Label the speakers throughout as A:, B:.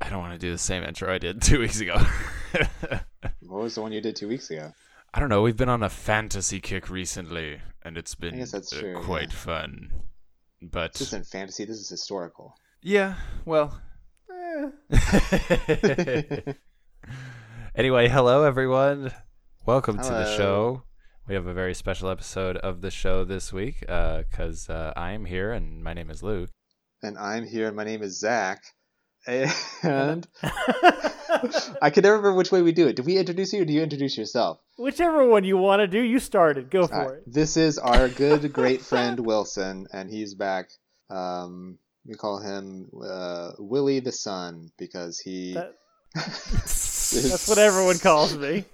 A: I don't want to do the same intro I did two weeks ago.
B: What was the one you did two weeks ago?
A: I don't know. We've been on a fantasy kick recently, and it's been
B: guess that's
A: uh,
B: true,
A: quite fun. But
B: This isn't fantasy. This is historical.
A: yeah, well. eh. anyway, hello everyone. Welcome to the
B: Hello.
A: show. We have a very special episode of the show this week because uh, I'm here and my name is Luke.
B: And I'm here. My name is Zach, and I can never remember which way we do it. Do we introduce you, or do you introduce yourself?
C: Whichever one you want to do, you started. Go
B: All
C: for
B: right.
C: it.
B: This is our good, great friend Wilson, and he's back. Um, we call him uh, Willie the Sun because he.
C: That-
A: That's
C: That's what everyone calls me.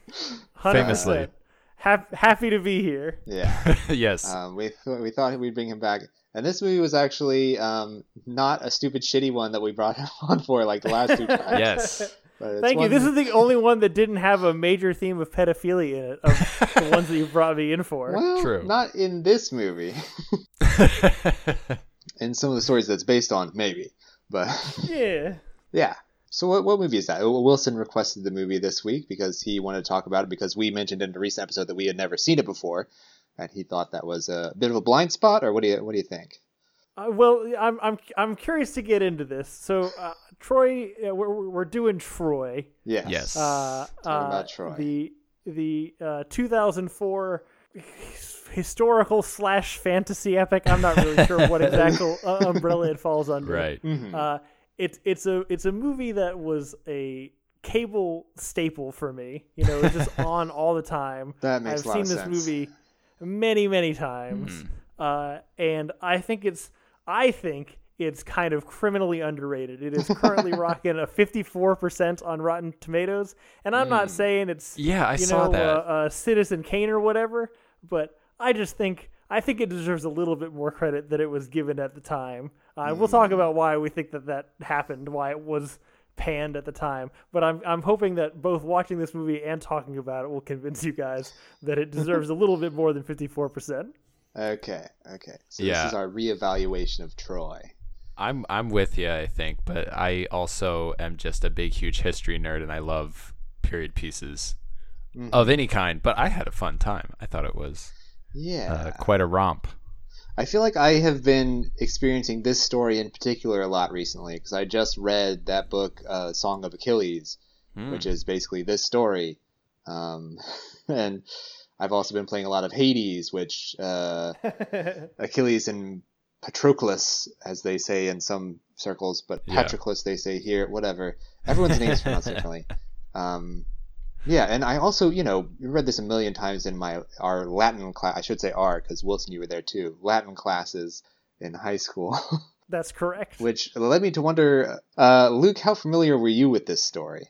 C: 100%.
A: Famously.
C: Hap- happy to be here.
B: yeah.
A: yes.
B: Um, we th- we thought we'd bring him back, and this movie was actually um, not a stupid shitty one that we brought him on for like the last two times.
A: yes.
B: But it's
C: Thank you.
B: one-
C: This is the only one that didn't have a major theme of pedophilia in it, of the ones that you brought me in for.
B: well,
A: True.
B: not in this movie. in some of the stories that's based on, maybe. But
C: Yeah.
B: yeah. So what, what movie is that? Well, Wilson requested the movie this week because he wanted to talk about it because we mentioned in a recent episode that we had never seen it before, and he thought that was a bit of a blind spot. Or what do you what do you think?
C: Uh, well, I'm, I'm, I'm curious to get into this. So, uh, Troy, uh, we're, we're doing Troy.
B: Yes.
A: Yes.
C: uh,
B: Talking about
C: uh,
B: Troy.
C: The the uh, 2004 historical slash fantasy epic. I'm not really sure what exact uh, umbrella it falls under.
A: right.
B: Mhm.
C: Uh, it's it's a it's a movie that was a cable staple for me. You know, it's just on all the time.
B: That makes
C: I've
B: a lot
C: seen
B: of
C: this
B: sense. Mm.
C: movie many many times, uh, and I think it's I think it's kind of criminally underrated. It is currently rocking a fifty four percent on Rotten Tomatoes, and I'm
B: Mm.
C: not saying it's
A: Yeah, I
C: you
A: saw
C: know
A: that.
C: Uh, uh, Citizen Kane or whatever, but I just think. I think it deserves a little bit more credit than it was given at the time. Uh, We'll
A: Mm.
C: talk about why we think that that happened, why it was panned at the time. But I'm I'm hoping that both watching this movie and talking about it will convince you guys that it deserves a little bit more than fifty four percent.
B: Okay. Okay. So
A: Yeah.
B: this is our reevaluation of Troy.
A: I'm I'm with you, I think, but I also am just a big, huge history nerd, and I love period pieces of any kind. But I had a fun time. I thought it was
B: Yeah.
A: uh, quite a romp.
B: I feel like I have been experiencing this story in particular a lot recently because I just read that book, uh, Song of Achilles,
A: Hmm.
B: which is basically this story. Um, and I've also been playing a lot of Hades, which uh, Achilles and Patroclus, as they say in some circles, but
A: Yeah.
B: Patroclus they say here, whatever. Everyone's name is pronounced differently. Um, yeah, and I also, you know, you read this a million times in my our Latin class. I should say our, because Wilson, you were there too. Latin classes in high school,
C: That's correct.
B: which led me to wonder, uh, Luke, how familiar were you with this story?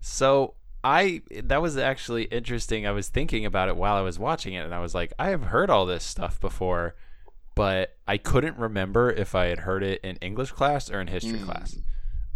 A: So I that was actually interesting. I was thinking about it while I was watching it, and I was like, I have heard all this stuff before, but I couldn't remember if I had heard it in English class or in history
B: Mm.
A: class.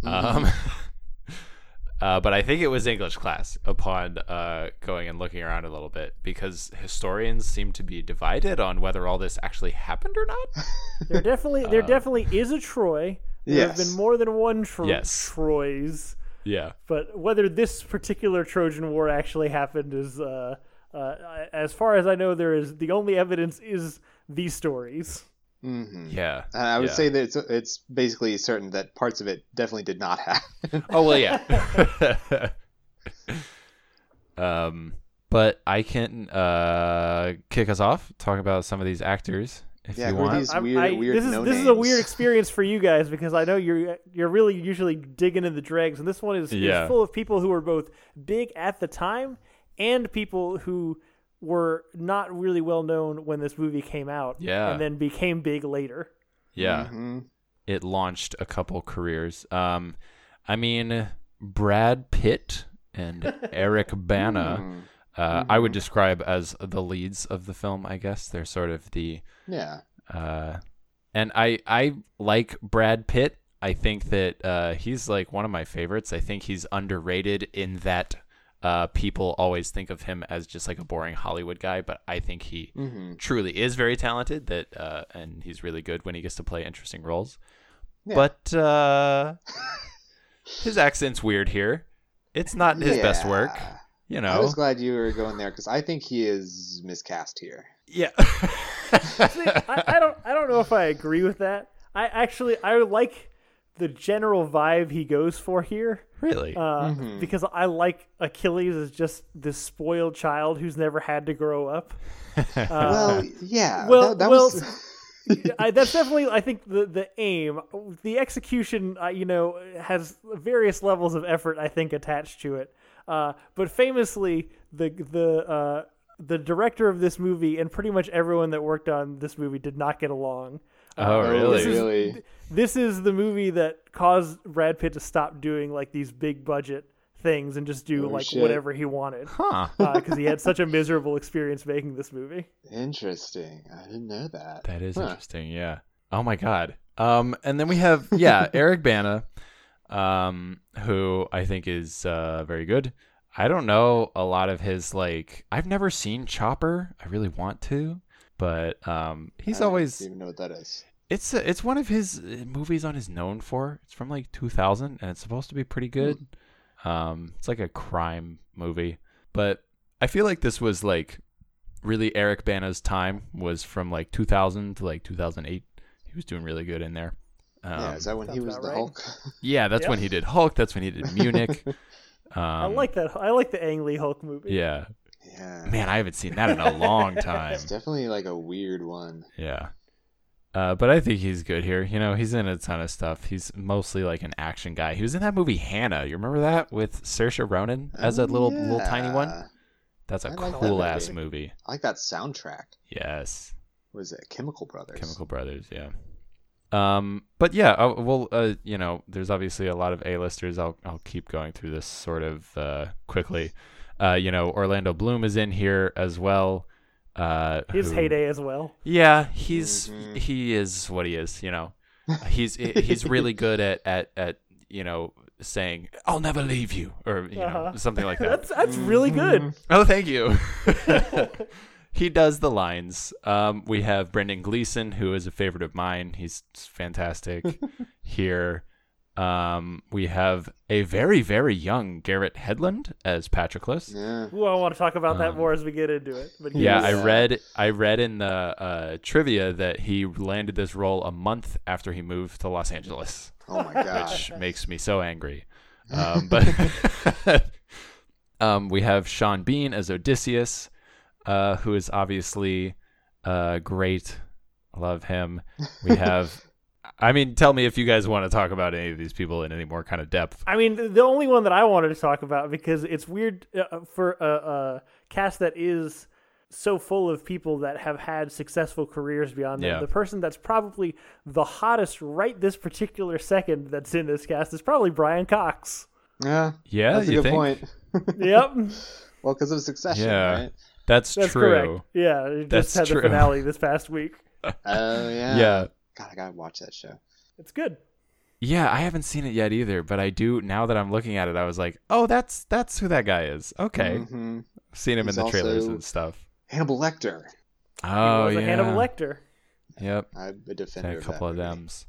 A: Um, uh, but I think it was English class upon uh, going and looking around a little bit because historians seem to be divided on whether all this actually happened or not.
C: There definitely
A: uh,
C: there definitely is a Troy. There have
B: Yes.
C: been more than one Tro-
A: Yes.
C: Troys,
A: Yeah.
C: but whether this particular Trojan War actually happened is, uh, uh, as far as I know, there is the only evidence is these stories.
B: Mm-hmm.
A: Yeah.
B: And I would
A: Yeah.
B: say that it's, it's basically certain that parts of it definitely did not happen.
A: Oh well, yeah. um, but I can uh kick us off. Talk about some of these actors if
B: Yeah,
A: you
B: who are
A: want.
B: these
C: I'm-
B: weird,
C: I-
B: weird
C: this is
B: no
C: this is a
B: names?
C: weird experience for you guys because I know you're you're really usually digging in the dregs, and this one is, is
A: Yeah.
C: full of people who were both big at the time and people who were not really well known when this movie came out,
A: Yeah.
C: and then became big later.
A: Yeah,
B: Mhm.
A: it launched a couple careers. Um, I mean, Brad Pitt and Eric
B: Hmm.
A: Bana. Uh, I
B: Mm-hmm.
A: would describe as the leads of the film. I guess they're sort of the
B: Yeah.
A: Uh, and I I like Brad Pitt. I think that uh, he's like one of my favorites. I think he's underrated in that uh, people always think of him as just like a boring Hollywood guy, but I think he
B: hmm
A: truly is very talented. That uh, and he's really good when he gets to play interesting roles.
B: Yeah.
A: But uh, his accent's weird here. It's not his best work,
B: Yeah.
A: you
B: I
A: know.
B: was glad you were going there because I think he is miscast here.
A: Yeah.
C: See, I, I don't I don't know if I agree with that. I actually I like the general vibe he goes for here
A: really?
C: uh, because I like Achilles as just this spoiled child who's never had to grow up.
B: well, yeah.
C: well-
B: that, that
C: well,
B: was,
C: I, that's definitely I think the the aim, the execution, uh, you know, has various levels of effort I think attached to it. Uh, but famously, the the uh, the director of this movie and pretty much everyone that worked on this movie did not get along.
A: oh, really?
B: uh, This is- Really?
C: th- This is the movie that caused Brad Pitt to stop doing like these big budget things and just do
B: Oh,
C: like
B: shit.
C: whatever he wanted
A: huh.
C: because he had such a miserable experience making this movie.
B: interesting. I didn't know that.
A: That is
B: Huh.
A: interesting. Yeah. Oh my god. Um, and then we have yeah Eric Bana, um, who I think is uh, very good. I don't know a lot of his like. I've never seen Chopper. I really want to, but um, he's
B: I don't
A: always
B: even know what that is.
A: it's a, it's one of his uh, movies on his known for. It's from like 2000 and it's supposed to be
B: Hmm.
A: pretty good. Um it's like a crime movie, but I feel like this was like really Eric Bana's time was from like 2000 to like 2008. He was doing really good in there. Um,
B: yeah,
A: yeah,
B: is that when he
C: sounds
B: was
C: about
B: the
C: right.
B: Hulk?
A: that's when
C: Yeah.
A: he did Hulk, that's when he did Munich. Um
C: I like that. I like the Ang Lee Hulk movie.
A: Yeah.
B: yeah.
A: Man, I haven't seen that in a long time.
B: It's definitely like a weird one.
A: Yeah. Uh, but I think he's good here. You know, he's in a ton of stuff. He's mostly like an action guy. He was in that movie Hannah. You remember that with Saoirse Ronan as a
B: Oh,
A: little little tiny one?
B: yeah.
A: That's a
B: I like that
A: cool ass
B: movie.
A: movie.
B: I like that soundtrack.
A: Yes,
B: Was it Chemical Brothers?
A: Chemical Brothers. Yeah. Um, but yeah, uh, well, uh, you know, there's obviously a lot of A-listers. I'll I'll keep going through this sort of uh, quickly. Uh, you know, Orlando Bloom is in here as well. Uh,
C: His
A: who-
C: heyday as well.
A: Yeah, he's
B: Mhm.
A: he is what he is. You know, he's he's really good at at at you know saying I'll never leave you or you know
C: Uh-huh.
A: something like that.
C: That's that's really good.
A: oh, thank you. he does the lines. Um, we have Brendan Gleeson, who is a favorite of mine. He's fantastic here. Um, we have a very very young Garrett Headland as Patroclus.
B: Yeah.
C: Ooh, I want to talk about that
A: Um,
C: more as we get into it. But
A: Yeah,
C: yes.
A: I read I read in the uh, trivia that he landed this role a month after he moved to Los Angeles,
B: Oh my god.
A: which makes me so angry. Um, but um, we have Sean Bean as Odysseus, uh, who is obviously uh, great. Love him. We have. I mean, tell me if you guys want to talk about any of these people in any more kind of depth.
C: I mean, th- the only one that I wanted to talk about because it's weird uh, for a, a cast that is so full of people that have had successful careers beyond them.
A: Yeah.
C: The person that's probably the hottest right this particular second that's in this cast is probably Brian Cox.
B: Yeah.
A: Yeah,
B: That's a
A: you
B: good
A: think?
B: point.
C: Yep,
B: Well, because of Succession,
A: Yeah.
B: right?
A: That's,
C: that's
A: true.
C: correct. Yeah, it
A: That's
C: just had
A: true.
C: the finale this past week.
B: Oh yeah.
A: yeah.
B: God, I gotta watch that show.
C: It's good.
A: Yeah, I haven't seen it yet either, but I do now that I'm looking at it. I was like, "Oh, that's that's who that guy is." Okay,
C: Mm-hmm.
B: Mhm.
A: seen him
B: He's
A: in the trailers
B: also-
A: and stuff.
B: Hannibal Lecter.
A: Oh
C: he was
A: yeah,
C: a Hannibal Lecter.
A: Yep,
B: I'm a
A: had
B: defender.
A: a couple
B: of,
A: of
B: that
A: them's.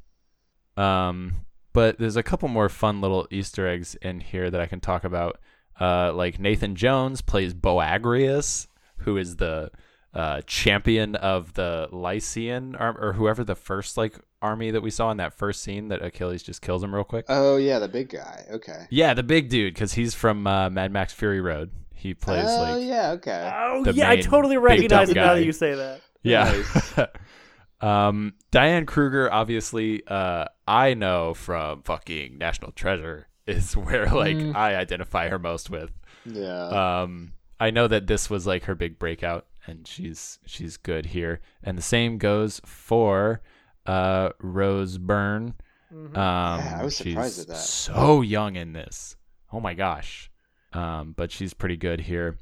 A: Um, but there's a couple more fun little Easter eggs in here that I can talk about. Uh, like Nathan Jones plays Boagrius, who is the uh, champion of the Lycian arm or whoever the first like army that we saw in that first scene that Achilles just kills him real quick.
B: Oh yeah, the big guy. Okay.
A: Yeah, the big dude, because he's from uh, Mad Max Fury Road. He plays
B: oh
A: like uh,
B: yeah. Okay.
C: Oh
A: The
C: yeah, I
A: main
C: totally
A: big
C: recognize
A: dumb
C: it now
A: guy.
C: that you say that.
A: yeah.
B: Nice.
A: um, Diane Kruger, obviously, uh, I know from fucking National Treasure is where like
B: Mm. Oh.
A: I identify her most with.
B: Yeah.
A: Um, I know that this was like her big breakout, and she's she's good here. And the same goes for uh, Rose Byrne.
C: Mhm.
A: Um,
B: Yeah, I was
A: she's
B: surprised at that.
A: So young in this. Oh my gosh. Um, but she's pretty good here.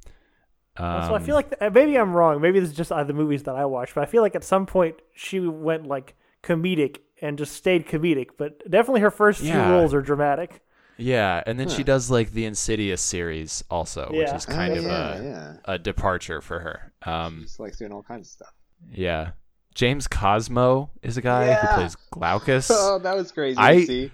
A: Um,
C: so I feel like uh, maybe I'm wrong. Maybe this is just uh, the movies that I watch, but I feel like at some point she went like comedic and just stayed comedic. But definitely her first
A: Yeah.
C: few roles are dramatic.
A: yeah, and then she
B: Huh.
A: does like the Insidious series also,
C: Yeah.
A: which is kind
B: oh,
A: of
B: yeah,
A: a,
B: yeah.
A: a departure for her. Um,
B: He's like doing all kinds of stuff.
A: yeah, James Cosmo is a guy who
B: Yeah.
A: plays Glaucus.
B: Oh, that was crazy.
A: I-
B: See?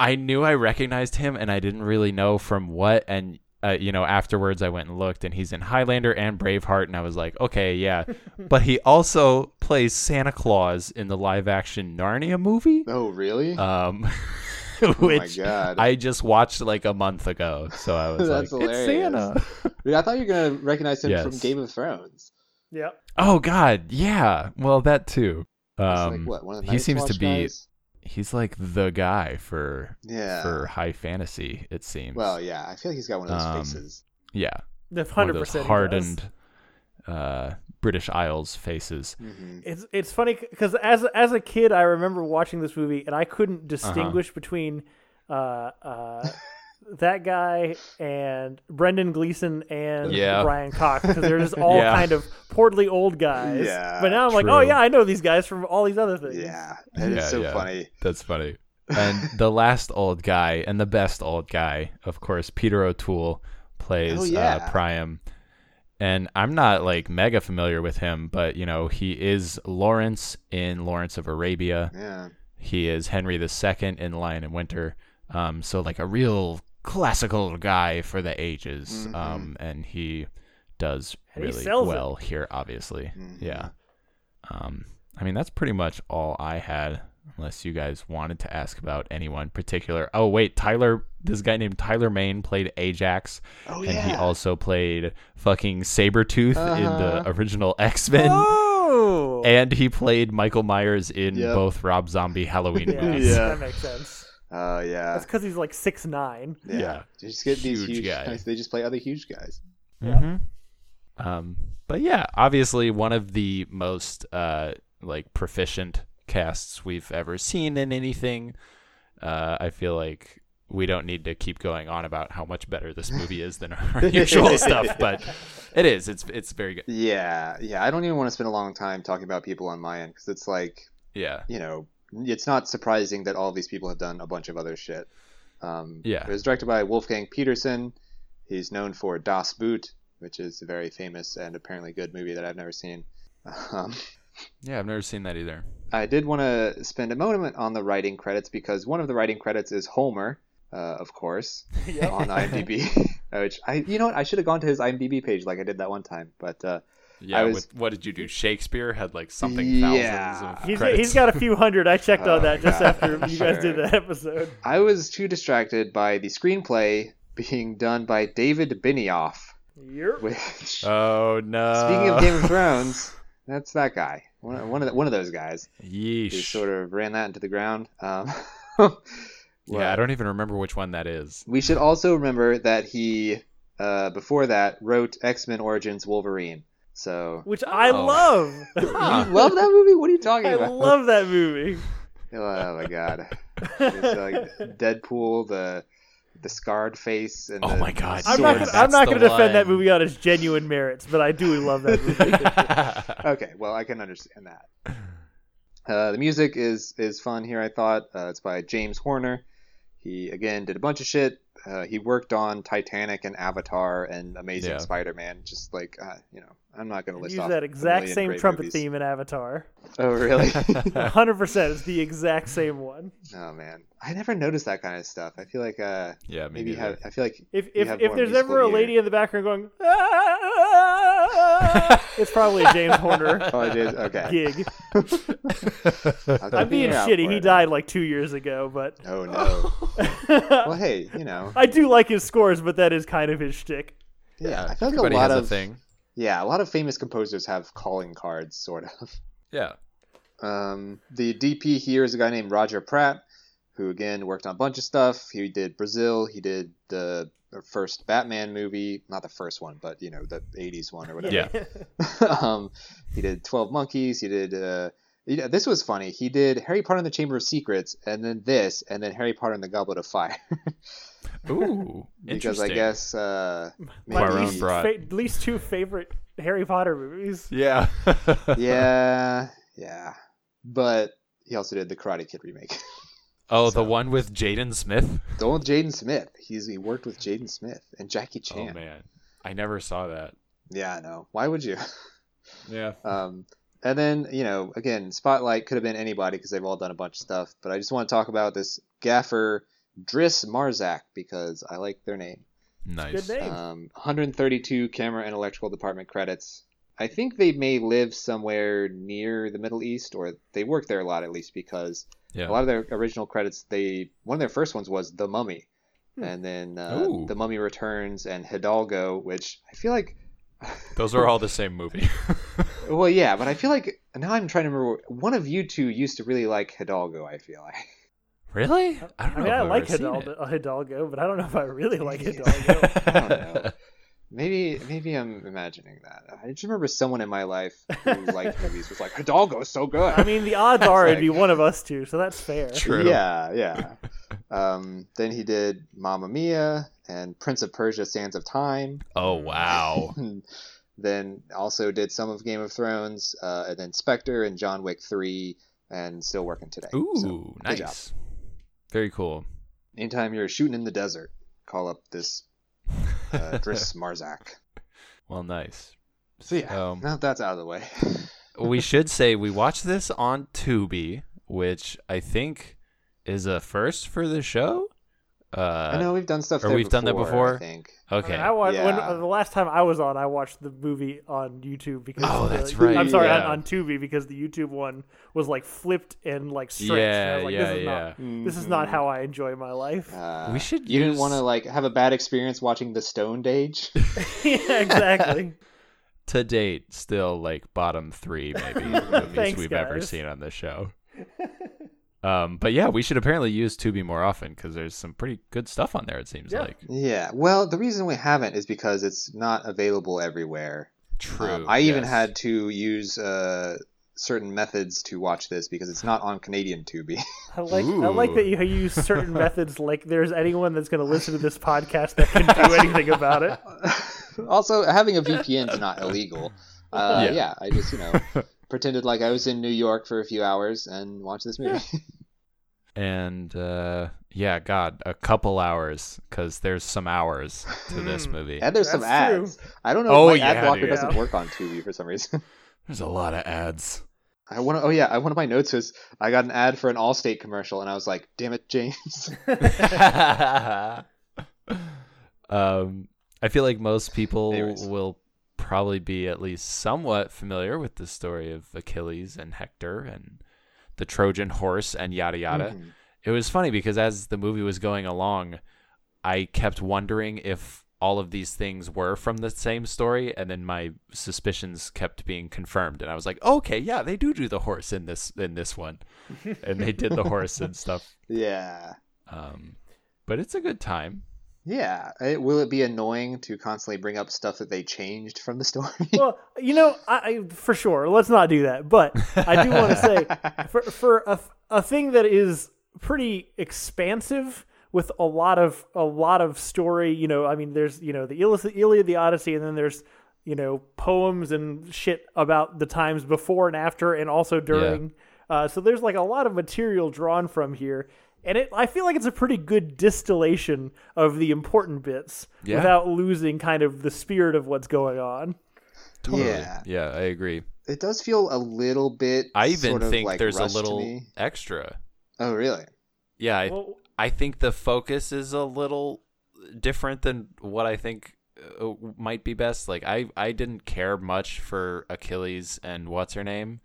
A: I knew I recognized him, and I didn't really know from what. And uh, you know, afterwards I went and looked, and he's in Highlander and Braveheart, and I was like, okay, yeah. but he also plays Santa Claus in the live-action Narnia movie,
B: Oh, really?
A: um,
B: oh my
A: which
B: god.
A: I just watched like a month ago. So I was like,
B: That's
A: it's
B: hilarious.
A: Santa.
B: Dude, I thought you were gonna recognize him
A: Yes.
B: from Game of Thrones.
C: Yep.
A: Oh God, yeah. Well, that too.
B: It's
A: Um,
B: like what? One of the
A: he
B: Night's
A: seems to
B: Watch
A: be
B: guys?
A: he's like the guy for
B: Yeah.
A: for high fantasy. It seems.
B: Well, yeah. I feel like he's got one of those
A: Um,
B: faces.
A: yeah, one
C: Hundred
A: of those
C: percent
A: hardened uh, British Isles faces.
B: hmm
C: It's it's funny because as as a kid, I remember watching this movie and I
A: Uh-huh.
C: couldn't distinguish between uh, uh, that guy and Brendan Gleeson and
A: Yeah.
C: Brian Cox because they're just all
A: Yeah.
C: kind of portly old guys.
B: Yeah,
C: but now I'm like, oh
A: true.
C: yeah, I know these guys from all these other things.
B: Yeah, that is
A: Yeah,
B: so
A: yeah.
B: funny.
A: That's funny. And the last old guy and the best old guy, of course, Peter O'Toole plays
B: Oh, yeah.
A: uh, Priam. And I'm not like mega familiar with him, but you know, he is Lawrence in Lawrence of Arabia.
B: Yeah.
A: He is Henry II in Lion and Winter. Um, so like a real classical guy for the ages.
B: Mhm.
A: Um, and he does
C: And he
A: really
C: sells it.
A: well here, obviously.
B: Mhm.
A: Yeah. Um, I mean that's pretty much all I had, unless you guys wanted to ask about anyone particular. Oh wait, Tyler, this guy named Tyler Main played Ajax,
B: Oh
A: and
B: yeah.
A: he also played fucking Sabretooth in the
B: Uh-huh.
A: original X Men.
C: Oh.
A: And he played Michael Myers in
B: Yep.
A: both Rob Zombie Halloween
C: yeah,
A: movies.
B: Yeah.
C: that makes sense.
B: Oh yeah.
C: That's because he's like six nine.
B: yeah.
A: yeah.
B: They just get these
A: Huge
B: huge
A: guy.
B: guys. They just play other huge guys.
A: hmm Um, but yeah, obviously one of the most uh, like proficient casts we've ever seen in anything. Uh, I feel like we don't need to keep going on about how much better this movie is than our usual stuff, but it is. It's it's very good.
B: Yeah, yeah. I don't even want to spend a long time talking about people on my end because it's like
A: Yeah.
B: you know, it's not surprising that all these people have done a bunch of other shit. Um,
A: Yeah.
B: It was directed by Wolfgang Peterson. He's known for Das Boot, which is a very famous and apparently good movie that I've never seen. Um,
A: Yeah, I've never seen that either.
B: I did want to spend a moment on the writing credits because one of the writing credits is Homer, uh, of course, on IMDb. which I, you know, what I should have gone to his IMDb page like I did that one time, but uh,
A: Yeah,
B: I was-
A: with what did you do? Shakespeare had like something
B: Yeah.
A: thousands of
C: He's,
A: credits.
C: he's got a few hundred. I checked
B: Oh,
C: on that just
B: yeah,
C: after you guys
B: sure.
C: did that episode.
B: I was too distracted by the screenplay being done by David Benioff,
C: Yep.
B: which
A: Oh no.
B: Speaking of Game of Thrones, that's that guy. One, one of the, one of those guys who
A: Yeesh.
B: sort of ran that into the ground. Um,
A: yeah, I don't even remember which one that is.
B: we should also remember that he, uh, before that, wrote X Men Origins Wolverine. So
C: Which I
A: Oh.
C: love.
A: Huh.
B: you love that movie. What are you talking
C: I
B: about?
C: love that movie.
B: oh my god! It's like Deadpool, the the scarred face, and
A: Oh
B: the
A: my God,
C: I'm
B: sword.
A: Yeah,
C: not. Gonna, I'm
A: that's
C: not
A: the
C: going to defend that
A: one.
C: movie on its genuine merits, but I do love that movie.
B: okay, well, I can understand that. Uh, the music is is fun here. I thought uh, it's by James Horner. He again did a bunch of shit. Uh, he worked on Titanic and Avatar and Amazing
A: Yeah.
B: Spider-Man. Just like uh, you know, I'm not going to list
C: Use
B: off
C: that
B: a
C: exact
B: million
C: same
B: great
C: trumpet
B: movies.
C: theme in Avatar.
B: Oh really?
C: 100. percent It's the exact same one.
B: oh man, I never noticed that kind of stuff. I feel like uh,
A: yeah, me
B: maybe you
A: neither.
B: have, I feel like
C: If
B: you
C: if,
B: have
C: if
B: more
C: there's
B: musical
C: ever a
B: ear.
C: lady in the background going, "Ah," it's probably a James Horner
B: Oh, it is? Okay.
C: gig.
B: I'll keep
C: I'm being
B: an eye out
C: shitty.
B: for
C: He
B: it.
C: died like two years ago, but
B: Oh no. well, hey, you know,
C: I do like his scores. But that is kind of his shtick.
B: yeah,
A: Yeah,
B: I feel like
A: everybody
B: a lot
A: has
B: of
A: a thing.
B: yeah, a lot of famous composers have calling cards, sort of.
A: Yeah.
B: Um, the DP here is a guy named Roger Pratt, who again worked on a bunch of stuff. He did Brazil. He did the first Batman movie, not the first one, but you know the '80s one or whatever.
A: Yeah.
B: um, he did Twelve Monkeys. He did. Uh, you know, this was funny. He did Harry Potter and the Chamber of Secrets, and then this, and then Harry Potter and the Goblet of Fire.
A: Ooh.
B: because I
A: interesting.
B: guess. Uh,
C: My
A: Poirot
C: least,
A: brought-
C: fa- least two favorite Harry Potter movies.
A: Yeah.
B: yeah, yeah. But he also did the Karate Kid remake.
A: Oh, the one with Jaden Smith.
B: The one with Jaden Smith. He's he worked with Jaden Smith and Jackie Chan.
A: Oh man, I never saw that.
B: Yeah, I know. Why would you?
A: Yeah.
B: Um, and then you know, again, Spotlight could have been anybody because they've all done a bunch of stuff. But I just want to talk about this gaffer Driss Marzak because I like their name.
A: Nice.
C: Good name.
B: Um, 132 camera and electrical department credits. I think they may live somewhere near the Middle East, or they work there a lot at least, because
A: Yeah.
B: a lot of their original credits, they one of their first ones was The Mummy,
C: Hmm.
B: and then uh,
A: Ooh.
B: The Mummy Returns and Hidalgo, which I feel like,
A: Those are all the same movie.
B: well, yeah, but I feel like now I'm trying to remember. One of you two used to really like Hidalgo. I feel like.
A: really? I don't know.
C: mean,
A: if
C: I
A: I've
C: like
A: ever seen
C: Hidalgo, Hidalgo, but I don't know if I really like
B: Yeah.
C: Hidalgo.
A: it.
B: I don't know. Maybe maybe I'm imagining that. I just remember someone in my life who liked movies was like Hidalgo is so good.
C: I mean, the odds are it'd be
B: Like-
C: one of us two, so that's fair.
A: True.
B: Yeah, yeah. um, then he did Mamma Mia and Prince of Persia: Sands of Time.
A: Oh wow.
B: then also did some of Game of Thrones, uh, and then Spectre and John Wick Three, and still working today. So,
A: Ooh,
B: good job.
A: nice. Very cool.
B: anytime you're shooting in the desert, call up this uh, Driss Marzak.
A: Well, nice.
B: So yeah,
A: Um,
B: now that that's out of the way.
A: we should say we watched this on Tubi, which I think is a first for the show.
B: I
A: Uh,
B: know we've done stuff.
A: or
B: there
A: we've done that
B: I
A: before?
B: think.
A: Uh, okay.
C: I watched, when,
B: Yeah.
C: the last time I was on, I watched the movie on YouTube because.
A: Oh,
C: the-
A: that's right,
C: I'm sorry,
A: yeah.
C: on, on Tubi because the YouTube one was like flipped and like stretched. and I
A: yeah,
C: was like,
A: yeah,
C: this is
A: yeah.
C: Not, this is not
B: Mm-hmm.
C: how I enjoy my life.
B: Uh,
A: We should
B: You didn't
A: use-
B: want to like have a bad experience watching the Stone Age.
C: yeah, exactly.
A: To date, still like bottom three maybe movies
C: Thanks,
A: we've ever
C: guys.
A: seen on this show. Um, but yeah, we should apparently use Tubi more often because there's some pretty good stuff on there. It seems
C: Yeah.
A: like
B: yeah. Well, the reason we haven't is because it's not available everywhere.
A: true.
B: Um, I even
A: yes.
B: had to use uh, certain methods to watch this because it's not on Canadian Tubi.
C: I like I like
A: Ooh.
C: that you how you use certain methods. Like there's anyone that's going to listen to this podcast that can do anything about it.
B: also, having a VPN's not illegal. Uh,
A: Yeah.
B: yeah. I just you know pretended like I was in New York for a few hours and watched this movie.
A: and uh, yeah, God, a couple hours because there's some hours to
B: Hmm.
A: this movie.
B: and there's some
C: That's true.
B: ads. I don't know.
A: Oh,
B: my
A: yeah,
B: ad blocker
A: dude.
B: doesn't
C: Yeah.
B: work on Tubi for some reason.
A: There's a lot of ads.
B: I want to. Oh yeah, I, one of my notes was I got an ad for an Allstate commercial, and I was like, "Damn it, James!"
A: um, I feel like most people
B: Anyways.
A: will probably be at least somewhat familiar with the story of Achilles and Hector and the Trojan horse and yada yada.
B: Mhm.
A: It was funny because as the movie was going along, I kept wondering if all of these things were from the same story, and then my suspicions kept being confirmed. And I was like, okay, yeah, they do do the horse in this in this one, and they did the horse and stuff.
B: Yeah,
A: Um, but it's a good time.
B: yeah. It, will it be annoying to constantly bring up stuff that they changed from the story?
C: well, you know, I, I for sure. Let's not do that. But I do want to say for for a, a thing that is pretty expansive with a lot of a lot of story. You know, I mean, there's you know the Ilis- Iliad, the Odyssey, and then there's you know poems and shit about the times before and after, and also during. Uh, so there's like a lot of material drawn from here. And it, I feel like it's a pretty good distillation of the important bits
A: Yeah.
C: without losing kind of the spirit of what's going on.
A: Totally.
B: Yeah.
A: yeah, I agree.
B: it does feel a little bit.
A: I even
B: sort of,
A: think
B: like,
A: there's a
B: rushed to
A: little
B: me.
A: extra.
B: Oh really?
A: Yeah, I,
C: Well,
A: I think the focus is a little different than what I think uh, might be best. Like I, I didn't care much for Achilles and what's her name,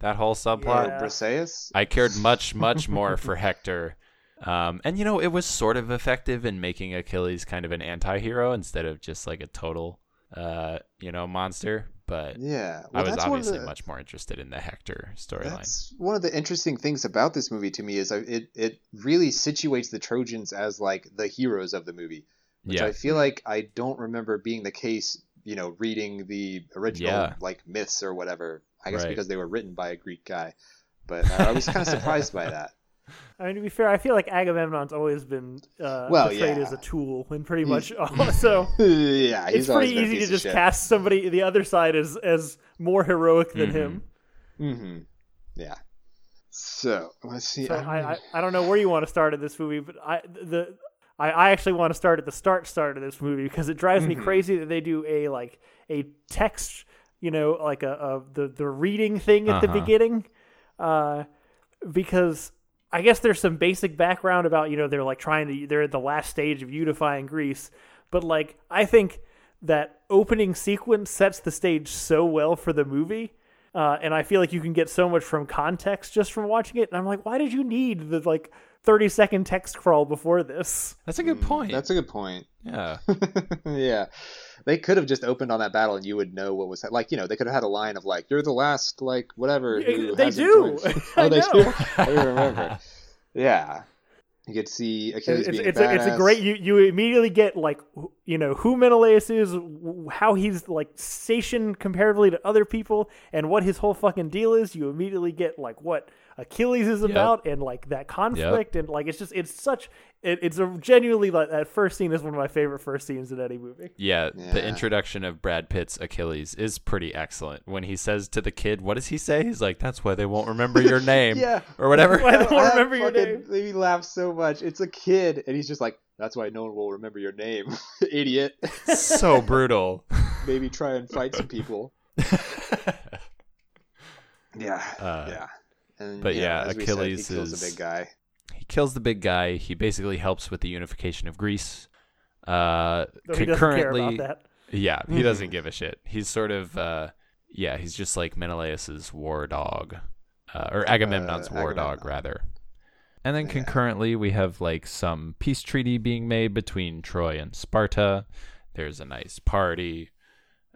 A: that whole subplot.
C: Yeah.
B: Oh, Briseis.
A: I cared much, much more for Hector. Um, and you know, it was sort of effective in making Achilles kind of an anti-hero instead of just like a total, uh, you know, monster. But
B: Yeah.
A: I
B: Well,
A: was
B: that's one of
A: obviously
B: the-
A: much more interested in the Hector storyline.
B: That's one of the interesting things about this movie to me is I- it it really situates the Trojans as like the heroes of the movie, which
A: Yeah.
B: I feel like I don't remember being the case. You know, reading the original
A: Yeah.
B: like myths or whatever. I guess
A: Right.
B: because they were written by a Greek guy, but uh, I, I was kind of surprised by that.
C: I mean, to be fair, I feel like Agamemnon's always been uh,
B: Well,
C: portrayed
B: yeah.
C: as a tool, and pretty much so
B: yeah, he's
C: it's pretty
B: always been a
C: easy
B: piece
C: to
B: of
C: just
B: shit.
C: cast somebody the other side as as more heroic than him.
B: hmm Yeah. So let's see.
C: So
B: I don't
C: I, I
B: know.
C: I don't know where you want to start at this movie, but I the. I, I actually want to start at the start start of this movie because it drives me crazy that they do a like a text you know like a, a the the reading thing at the
A: Uh-huh.
C: beginning uh, because I guess there's some basic background about you know they're like trying to they're at the last stage of unifying Greece, but like I think that opening sequence sets the stage so well for the movie. Uh, and I feel like you can get so much from context just from watching it. And I'm like, why did you need the like 30 second text crawl before this?
A: That's a good point.
B: mm, That's a good point.
A: yeah.
B: yeah. They could have just opened on that battle and you would know what was like, you know, they could have had a line of like, you're the last, like, whatever. who
C: They
B: hasn't
C: do.
B: joined."
C: I
B: oh, they
C: know.
B: do? I didn't remember. yeah. You could see Achilles
C: It's, it's,
B: being
C: it's a, it's a
B: badass.
C: great you you immediately get like wh- you know who Menelaus is, wh- how he's like stationed comparatively to other people, and what his whole fucking deal is. You immediately get like what Achilles is about and like that conflict and like it's just it's such it, it's a genuinely like that first scene is one of my favorite first scenes in any movie.
A: yeah. The
B: Yeah.
A: introduction of Brad Pitt's Achilles is pretty excellent. When he says to the kid, what does he say? He's like, that's why they won't remember your name.
B: Yeah.
A: Or whatever.
C: I don't
B: That
C: remember your
B: fucking
C: name.
B: Made me laugh so much. It's a kid, and he's just like, "That's why no one will remember your name, idiot."
A: so brutal.
B: Maybe try and fight some people. Yeah,
A: Uh,
B: yeah. And,
A: but
B: you know,
A: yeah,
B: as we
A: Achilles
B: said, he kills
A: is-
B: a big guy.
A: he kills the big guy. He basically helps with the unification of Greece. Uh,
C: Though he doesn't care
A: concurrently,
C: about that.
A: yeah, he
B: Hmm.
A: doesn't give a shit. He's sort of, uh, yeah, he's just like Menelaus's war dog, uh, or Agamemnon's war dog
B: Agamemnon.
A: rather. And then concurrently, we have like some peace treaty being made between Troy and Sparta. There's a nice party.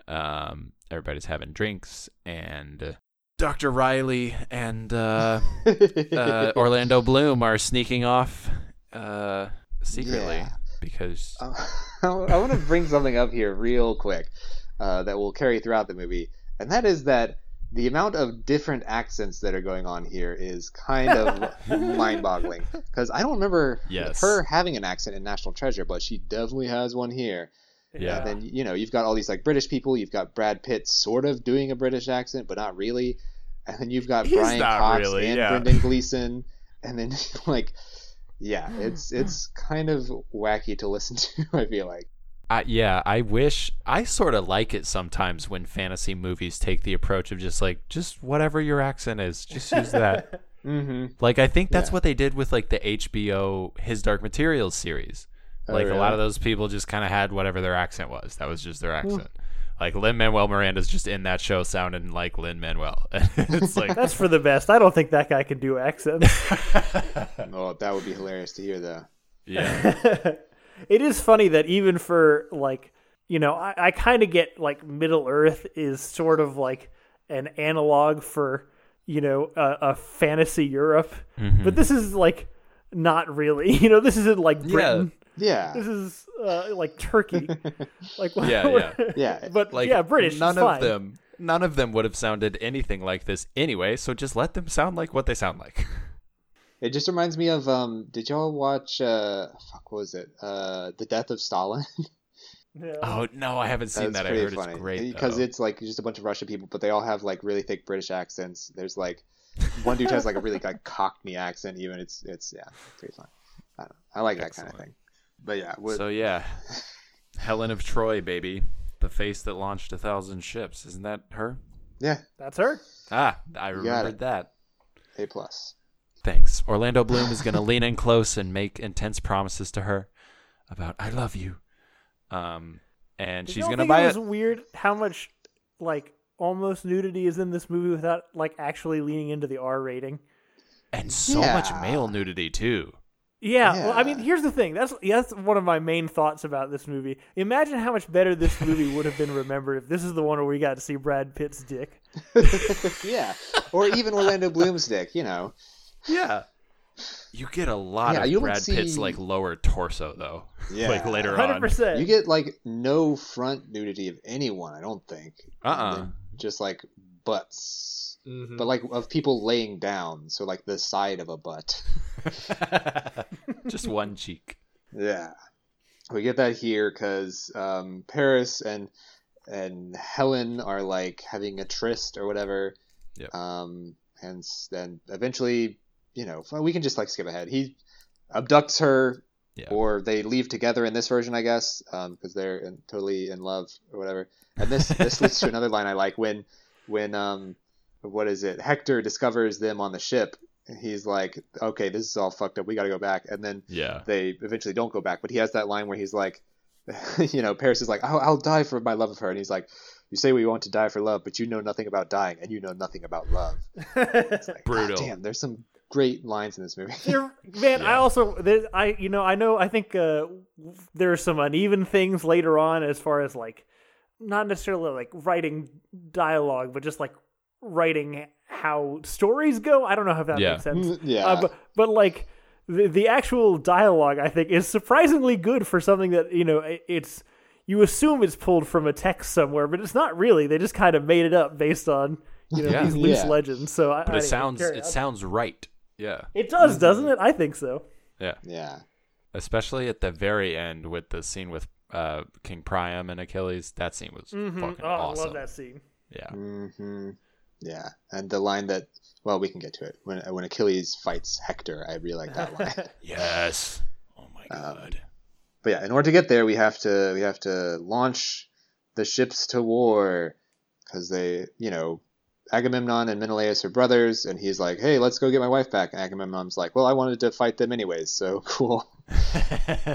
A: Um, everybody's having drinks, and Dr. Riley and. Uh, uh, Orlando Bloom are sneaking off uh, secretly
B: Yeah.
A: because
B: Um, I want to bring something up here real quick uh, that will carry throughout the movie, and that is that the amount of different accents that are going on here is kind of mind-boggling because I don't remember
A: Yes.
B: her having an accent in National Treasure, but she definitely has one here.
A: Yeah.
B: And then you know you've got all these like British people. You've got Brad Pitt sort of doing a British accent, but not really. And then you've got
A: He's
B: Brian
A: not
B: Cox
A: really,
B: and
A: yeah.
B: Brendan Gleeson, and then like, yeah, it's it's kind of wacky to listen to. I feel like.
A: I, yeah, I wish I sort of like it sometimes when fantasy movies take the approach of just like just whatever your accent is, just use that.
B: Mm-hmm.
A: like I think that's
B: Yeah.
A: what they did with like the HBO His Dark Materials series.
B: Oh,
A: Like a lot
B: really?
A: of those people just kind of had whatever their accent was. That was just their
B: Hmm.
A: accent. Like Lin Manuel Miranda's just in that show sounding like Lin Manuel. it's like
C: That's for the best. I don't think that guy can do accents.
B: Oh, that would be hilarious to hear though.
A: yeah.
C: it is funny that even for like you know i, I kind of get like middle earth is sort of like an analog for you know a, a fantasy europe
A: Mm-hmm.
C: but this is like not really you know this isn't like britain this
B: Yeah,
C: is uh, like turkey like
A: Yeah, yeah.
B: yeah.
C: but
A: like
C: yeah british
A: none
C: is
A: of
C: fine.
A: them none of them would have sounded anything like this anyway so just let them sound like what they sound like
B: It just reminds me of um. Did y'all watch uh? Fuck, what was it? Uh, the death of Stalin.
C: Yeah.
A: oh no i haven't seen
B: That's
A: that i
B: pretty
A: heard
B: funny.
A: it's great
B: because
A: though.
B: it's like just a bunch of Russian people, but they all have like really thick British accents. There's like one dude has like a really like Cockney accent. Even it's it's yeah, it's pretty fun. I, don't know. I like that kind of thing. But yeah, what,
A: so yeah helen of troy baby the face that launched a thousand ships isn't that her
B: yeah,
C: that's her
A: ah i
B: got
A: remembered
B: it.
A: that
B: A plus.
A: thanks orlando bloom is going to lean in close and make intense promises to her about i love you um and she's
C: Y'all
A: going to
C: think
A: buy
C: it
A: it
C: was weird how much like almost nudity is in this movie without like actually leaning into the r rating
A: and so much
B: Yeah.
A: male nudity too
C: Yeah, well, I mean,
B: Yeah.
C: here's the thing. That's that's one of my main thoughts about this movie. Imagine how much better this movie would have been remembered if this is the one where we got to see Brad Pitt's dick.
B: yeah, or even Orlando Bloom's dick. You know,
A: Yeah. You get a lot
B: Yeah,
A: of
B: you don't
A: Brad Pitt's
B: see-
A: like lower torso though.
B: Yeah.
A: like later on.
C: Hundred percent.
B: you get like no front nudity of anyone. I don't think.
A: Uh-uh.
B: And then Just like butts, but like of people laying down. So like the side of a butt.
A: Just one cheek.
B: Yeah, we get that here because um, Paris and and Helen are like having a tryst or whatever.
A: Yep.
B: Um, and s- then eventually, you know, well, we can just like skip ahead. He abducts her,
A: Yeah.
B: or they leave together in this version, I guess, because they're in, totally in love or whatever. And this this leads to another line I like when when um what is it? Hector discovers them on the ship he's like, okay, this is all fucked up. We got to go back. And then
A: Yeah.
B: they eventually don't go back. But he has that line where he's like, you know, Paris is like, I'll, I'll die for my love of her. And he's like, you say we want to die for love, but you know nothing about dying and you know nothing about love. It's like,
A: Brutal.
B: God damn, there's some great lines in this movie.
C: There- man, I
A: Yeah.
C: also there, I you know I know I think uh, there are some uneven things later on as far as like not necessarily like writing dialogue, but just like writing how stories go. I don't know if that
A: Yeah.
C: makes sense.
B: Mm, yeah.
C: Uh, but, but like the the actual dialogue, I think, is surprisingly good for something that you know i- it's you assume it's pulled from a text somewhere, but it's not really. They just kind of made it up based on you know
A: Yeah.
C: these loose
B: Yeah.
C: legends. So I,
A: But
C: I
A: it sounds
C: carry
A: it
C: on.
A: sounds right. Yeah.
C: it does, doesn't it? I think so.
A: Yeah.
B: yeah.
A: Especially at the very end with the scene with uh, King Priam and Achilles. That scene was fucking
C: Oh,
A: awesome.
C: I love that scene.
A: Yeah.
B: hmm Yeah. And the line that, well, we can get to it. When, when Achilles fights Hector, I really like that line.
A: Yes. Oh my
B: Um,
A: god.
B: but yeah, in order to get there, we have to we have to launch the ships to war because they, you know, Agamemnon and Menelaus are brothers, and he's like, "Hey, let's go get my wife back." And Agamemnon's like, "Well, I wanted to fight them anyways, so cool."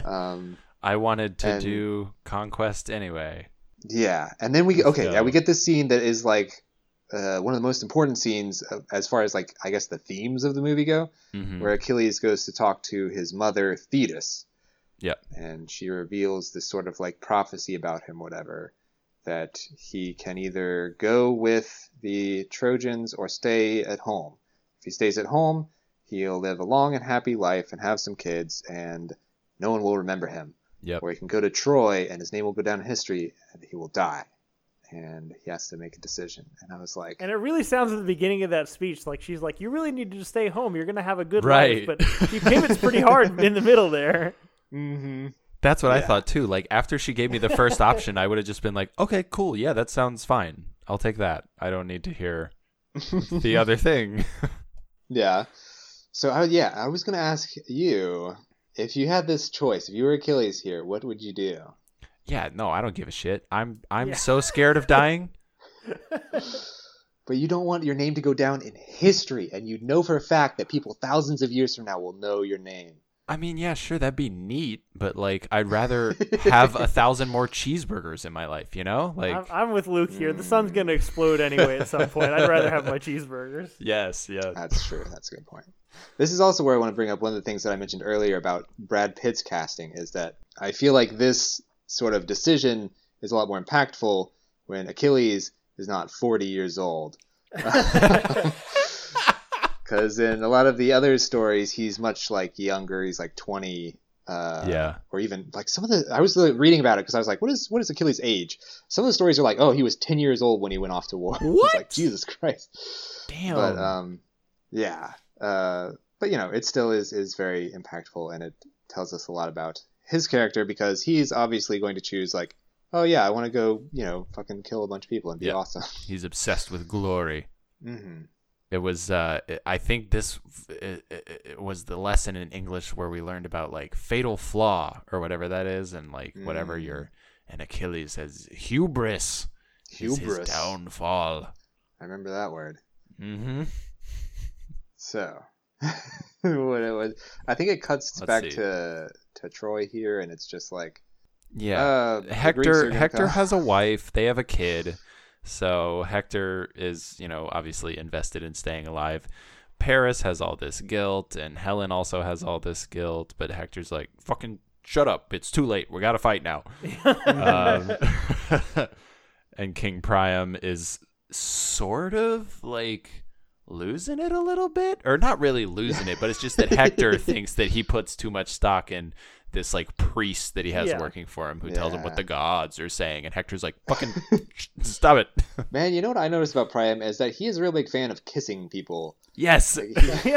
B: um,
A: I wanted to
B: And-
A: do conquest anyway.
B: yeah, and then we okay,
A: go.
B: yeah, we get this scene that is like uh, one of the most important scenes uh, as far as like I guess the themes of the movie go.
A: Mhm.
B: where Achilles goes to talk to his mother Thetis.
A: Yep.
B: And she reveals this sort of like prophecy about him, whatever, that he can either go with the Trojans or stay at home. If he stays at home, he'll live a long and happy life and have some kids, and no one will remember him.
A: Yep.
B: Or he can go to Troy, and his name will go down in history, and he will die. And he has to make a decision. And I was like,
C: And it really sounds at the beginning of that speech like she's like, "You really need to just stay home. You're gonna have a good
A: Right.
C: life." But she pivots pretty hard in the middle there.
B: mm-hmm.
A: That's what I thought too. Like after she gave me the first option, I would have just been like, "Okay, cool. Yeah, that sounds fine. I'll take that. I don't need to hear the other thing."
B: Yeah. So I yeah, I was gonna ask you if you had this choice, if you were Achilles here, what would you do?
A: yeah, no, I don't give a shit. I'm I'm
C: Yeah.
A: so scared of dying.
B: But you don't want your name to go down in history, and you know for a fact that people thousands of years from now will know your name.
A: I mean, yeah, sure, that'd be neat, but like, I'd rather have a thousand more cheeseburgers in my life. You know, like, mm.
C: I'm, I'm with Luke here. The sun's gonna explode anyway at some point. I'd rather have my cheeseburgers.
A: yes, yeah,
B: That's true. That's a good point. This is also where I want to bring up one of the things that I mentioned earlier about Brad Pitt's casting is that I feel like this sort of decision is a lot more impactful when Achilles is not 40 years old. Because in a lot of the other stories, he's much like younger. He's like 20. Uh,
A: yeah,
B: Or even like some of the, I was like, reading about it because I was like, what is what is Achilles' age? Some of the stories are like, oh, he was 10 years old when he went off to war. It's
A: What?
B: like, Jesus Christ
A: damn,
B: but um yeah uh but you know it still is is very impactful and it tells us a lot about his character because he's obviously going to choose like oh yeah i want to go you know fucking kill a bunch of people and be
A: Yeah.
B: awesome
A: he's obsessed with glory.
B: hmm
A: It was, uh, I think this it, it, it was the lesson in English where we learned about like fatal flaw or whatever that is, and like whatever
B: Mm.
A: your and Achilles has hubris, is his
B: hubris
A: downfall.
B: i remember that word
A: Mm-hmm.
B: so what it was i think it cuts
A: Let's
B: back
A: see.
B: to to troy here and it's just like
A: Yeah.
B: uh, the Greeks are
A: Hector
B: gonna
A: Hector
B: come.
A: has a wife. They have a kid. So Hector is, you know, obviously invested in staying alive. Paris has all this guilt and Helen also has all this guilt, but Hector's like, "Fucking shut up. It's too late. We got to fight now." um, and King Priam is sort of like losing it a little bit or not really losing it, but it's just that Hector thinks that he puts too much stock in this like priest that he has
C: Yeah.
A: working for him who tells him
B: Yeah.
A: what the gods are saying and Hector's like fucking sh- stop it.
B: man you know what i noticed about priam is that he is a real big fan of kissing people
A: yes.
B: Like, he,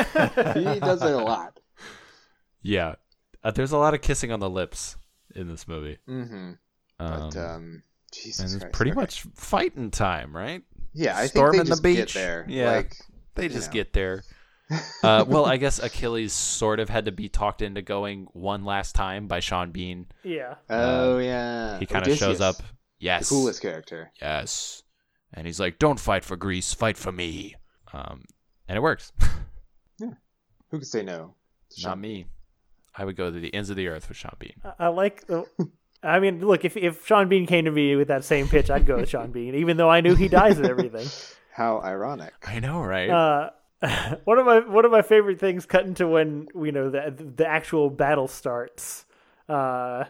B: he does it a lot
A: Yeah. Uh, there's a lot of kissing on the lips in this movie.
B: hmm
A: Um,
B: But um, Jesus
A: and it's
B: Christ,
A: pretty
B: okay.
A: much fighting time, right?
B: yeah. I
A: storming
B: think
A: the
B: they just get
A: beach.
B: there.
A: Yeah.
B: Like,
A: They
B: you
A: just
B: know.
A: get there. Uh, well, I guess Achilles sort of had to be talked into going one last time by Sean Bean.
C: Yeah.
B: oh yeah.
A: Uh, He kind of shows
B: Odysseus,
A: up.
B: The
A: Yes.
B: coolest character.
A: Yes. And he's like, "Don't fight for Greece, fight for me." Um, and it works.
B: Who could say no? to
A: Not
B: Sean Uh,
A: me. I would go to the ends of the earth with Sean Bean.
C: I- I like. the- I mean, look, if if Sean Bean came to me with that same pitch, I'd go with Sean Bean, even though I knew he dies at everything.
B: How ironic.
A: I know, right?
C: Uh, one of my one of my favorite things cut into when you know the the actual battle starts uh,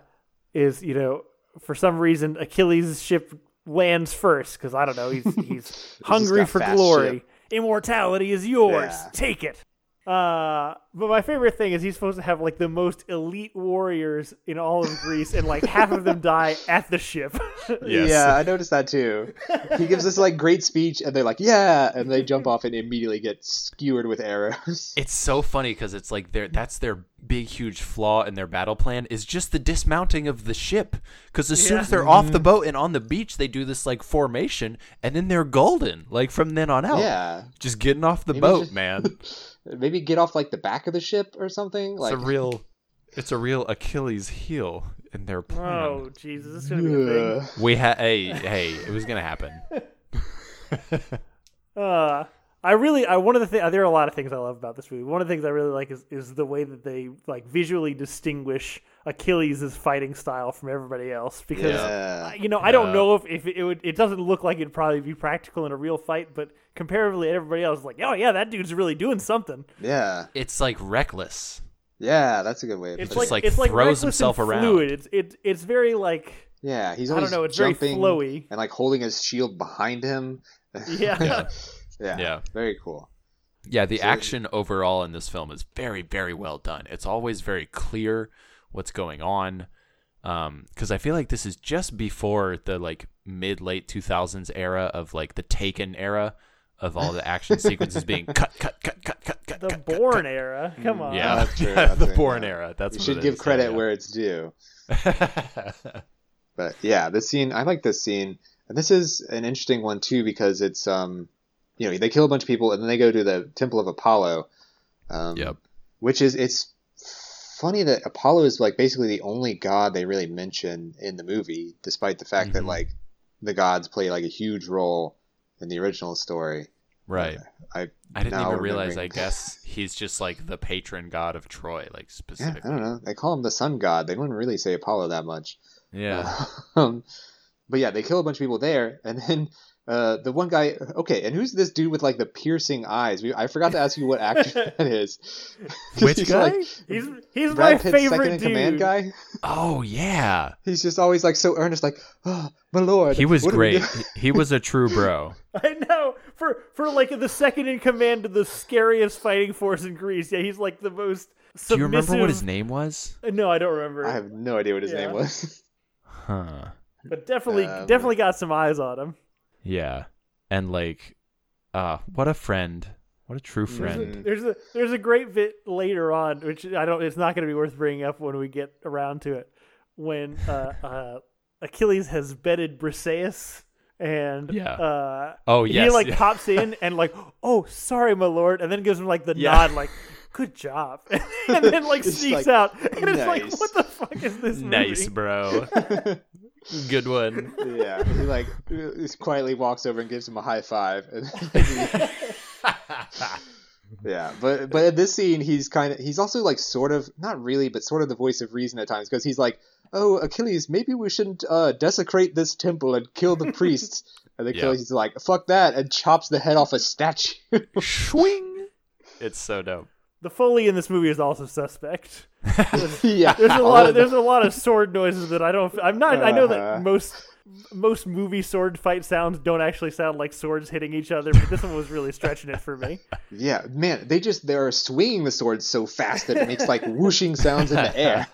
C: is you know for some reason Achilles' ship lands first because I don't know he's he's hungry
B: got
C: for
B: fast
C: glory.
B: ship.
C: Immortality is yours.
B: Yeah.
C: Take it. Uh, but my favorite thing is he's supposed to have like the most elite warriors in all of Greece, and like half of them die at the ship.
A: yes.
B: Yeah, I noticed that too. He gives this like great speech, and they're like, "Yeah," and they jump off and immediately get skewered with arrows.
A: It's so funny because it's like their that's their big huge flaw in their battle plan is just the dismounting of the ship. Because as soon as they're off
B: Mm-hmm.
A: the boat and on the beach, they do this like formation, and then they're golden. Like from then on out,
B: Yeah,
A: just getting off the boat,
B: just-
A: man.
B: maybe get off like the back of the ship or something. Like,
A: it's a real, it's a real Achilles heel in their plan.
C: oh Jesus, this is gonna be a thing.
B: ugh.
A: We had hey hey, it was gonna happen.
C: Uh, I really, I one of the things. There are a lot of things I love about this movie. One of the things I really like is is the way that they like visually distinguish Achilles' fighting style from everybody else. Because
B: Yeah.
C: uh, you know, I don't know if if it would. It doesn't look like it'd probably be practical in a real fight, but comparatively, to everybody else is like, oh yeah, that dude's really doing something.
B: yeah,
A: It's like reckless.
B: yeah, that's a good way. Of
C: It's
B: putting
A: just
C: like,
B: it.
A: like
C: it's like
A: throws
C: reckless and
A: himself around.
C: Fluid. It's it, it's very like
B: yeah, he's
C: I don't
B: always
C: know, it's very
B: jumping
C: flowy.
B: and like holding his shield behind him.
C: yeah.
B: Yeah,
A: Yeah.
B: very cool.
A: Yeah, the action overall in this film is very, very well done. It's always very clear what's going on. Because I feel like this is just before the like mid late two thousands era of like the Taken era of all the action sequences being cut, cut, cut, cut, cut, cut.
C: the
A: cut, cut,
C: Bourne era. Come
A: cut. Mm,
C: on.
A: Yeah,
B: that's true,
A: Yeah,
B: that's
A: the
B: right,
A: Bourne
B: yeah.
A: era. That's
B: You
A: what
B: should
A: it
B: give
A: is,
B: credit
A: yeah.
B: where it's due. but yeah, this scene I like this scene, and this is an interesting one too because it's um, you know, they kill a bunch of people and then they go to the temple of Apollo, um,
A: Yep.
B: which is it's funny that Apollo is like basically the only god they really mention in the movie, despite the fact that
A: Mhm.
B: like the gods play like a huge role in the original story.
A: Right.
B: I
A: I didn't
B: now
A: even realize. I
B: remembering.
A: guess he's just like the patron god of Troy, like
B: Yeah,
A: specifically.
B: I don't know. They call him the sun god. They don't really say Apollo that much.
A: Yeah.
B: um, but yeah, they kill a bunch of people there, and then uh, the one guy. Okay, and who's this dude with like the piercing eyes? We, I forgot to ask you what actor that is. 'Cause
A: Which
B: he's,
A: guy?
B: Like,
C: He's he's my
B: Brad Pitt's second
C: favorite
B: in
C: dude.
B: command guy.
A: Oh yeah.
B: He's just always like so earnest, like, oh, my lord.
A: He was
B: what do we
A: great.
B: do?"
A: He- he was a true bro.
C: I know for for like the second in command of the scariest fighting force in Greece. Yeah, he's like the most. Submissive...
A: Do you remember what his name was?
C: No, I don't remember.
B: I have no idea what his
C: Yeah.
B: name was.
A: Huh.
C: But definitely,
B: Um,
C: definitely got some eyes on him.
A: Yeah. And like uh what a friend. What a true friend.
C: There's a there's a great bit later on, which I don't. It's not going to be worth bringing up when we get around to it. When uh, uh, Achilles has bedded Briseis, and
A: Yeah.
C: uh,
A: Oh,
C: he
A: yes,
C: like
A: yeah.
C: pops in and like, oh, sorry, my lord, and then gives him like the
A: Yeah.
C: nod, like, good job, and then like
B: It's like,
C: sneaks out, and it's like,
B: nice.
C: what the fuck is this?
A: Nice,
C: movie?
A: bro. Good one.
B: yeah, he like just quietly walks over and gives him a high five. And then yeah, but but in this scene, he's kind of he's also like sort of not really, but sort of the voice of reason at times because he's like, "Oh, Achilles, maybe we shouldn't uh, desecrate this temple and kill the priests." And then
A: Yeah.
B: Achilles is like, "Fuck that!" and chops the head off a statue.
A: Swing. It's so dope.
C: The foley in this movie is also suspect.
B: yeah,
C: There's a lot of there's a lot of sword noises that I don't. I'm not. I know that
B: Uh-huh.
C: most most movie sword fight sounds don't actually sound like swords hitting each other, but this one was really stretching it for me.
B: yeah, man, they just they are swinging the sword so fast that it makes like whooshing sounds in the air.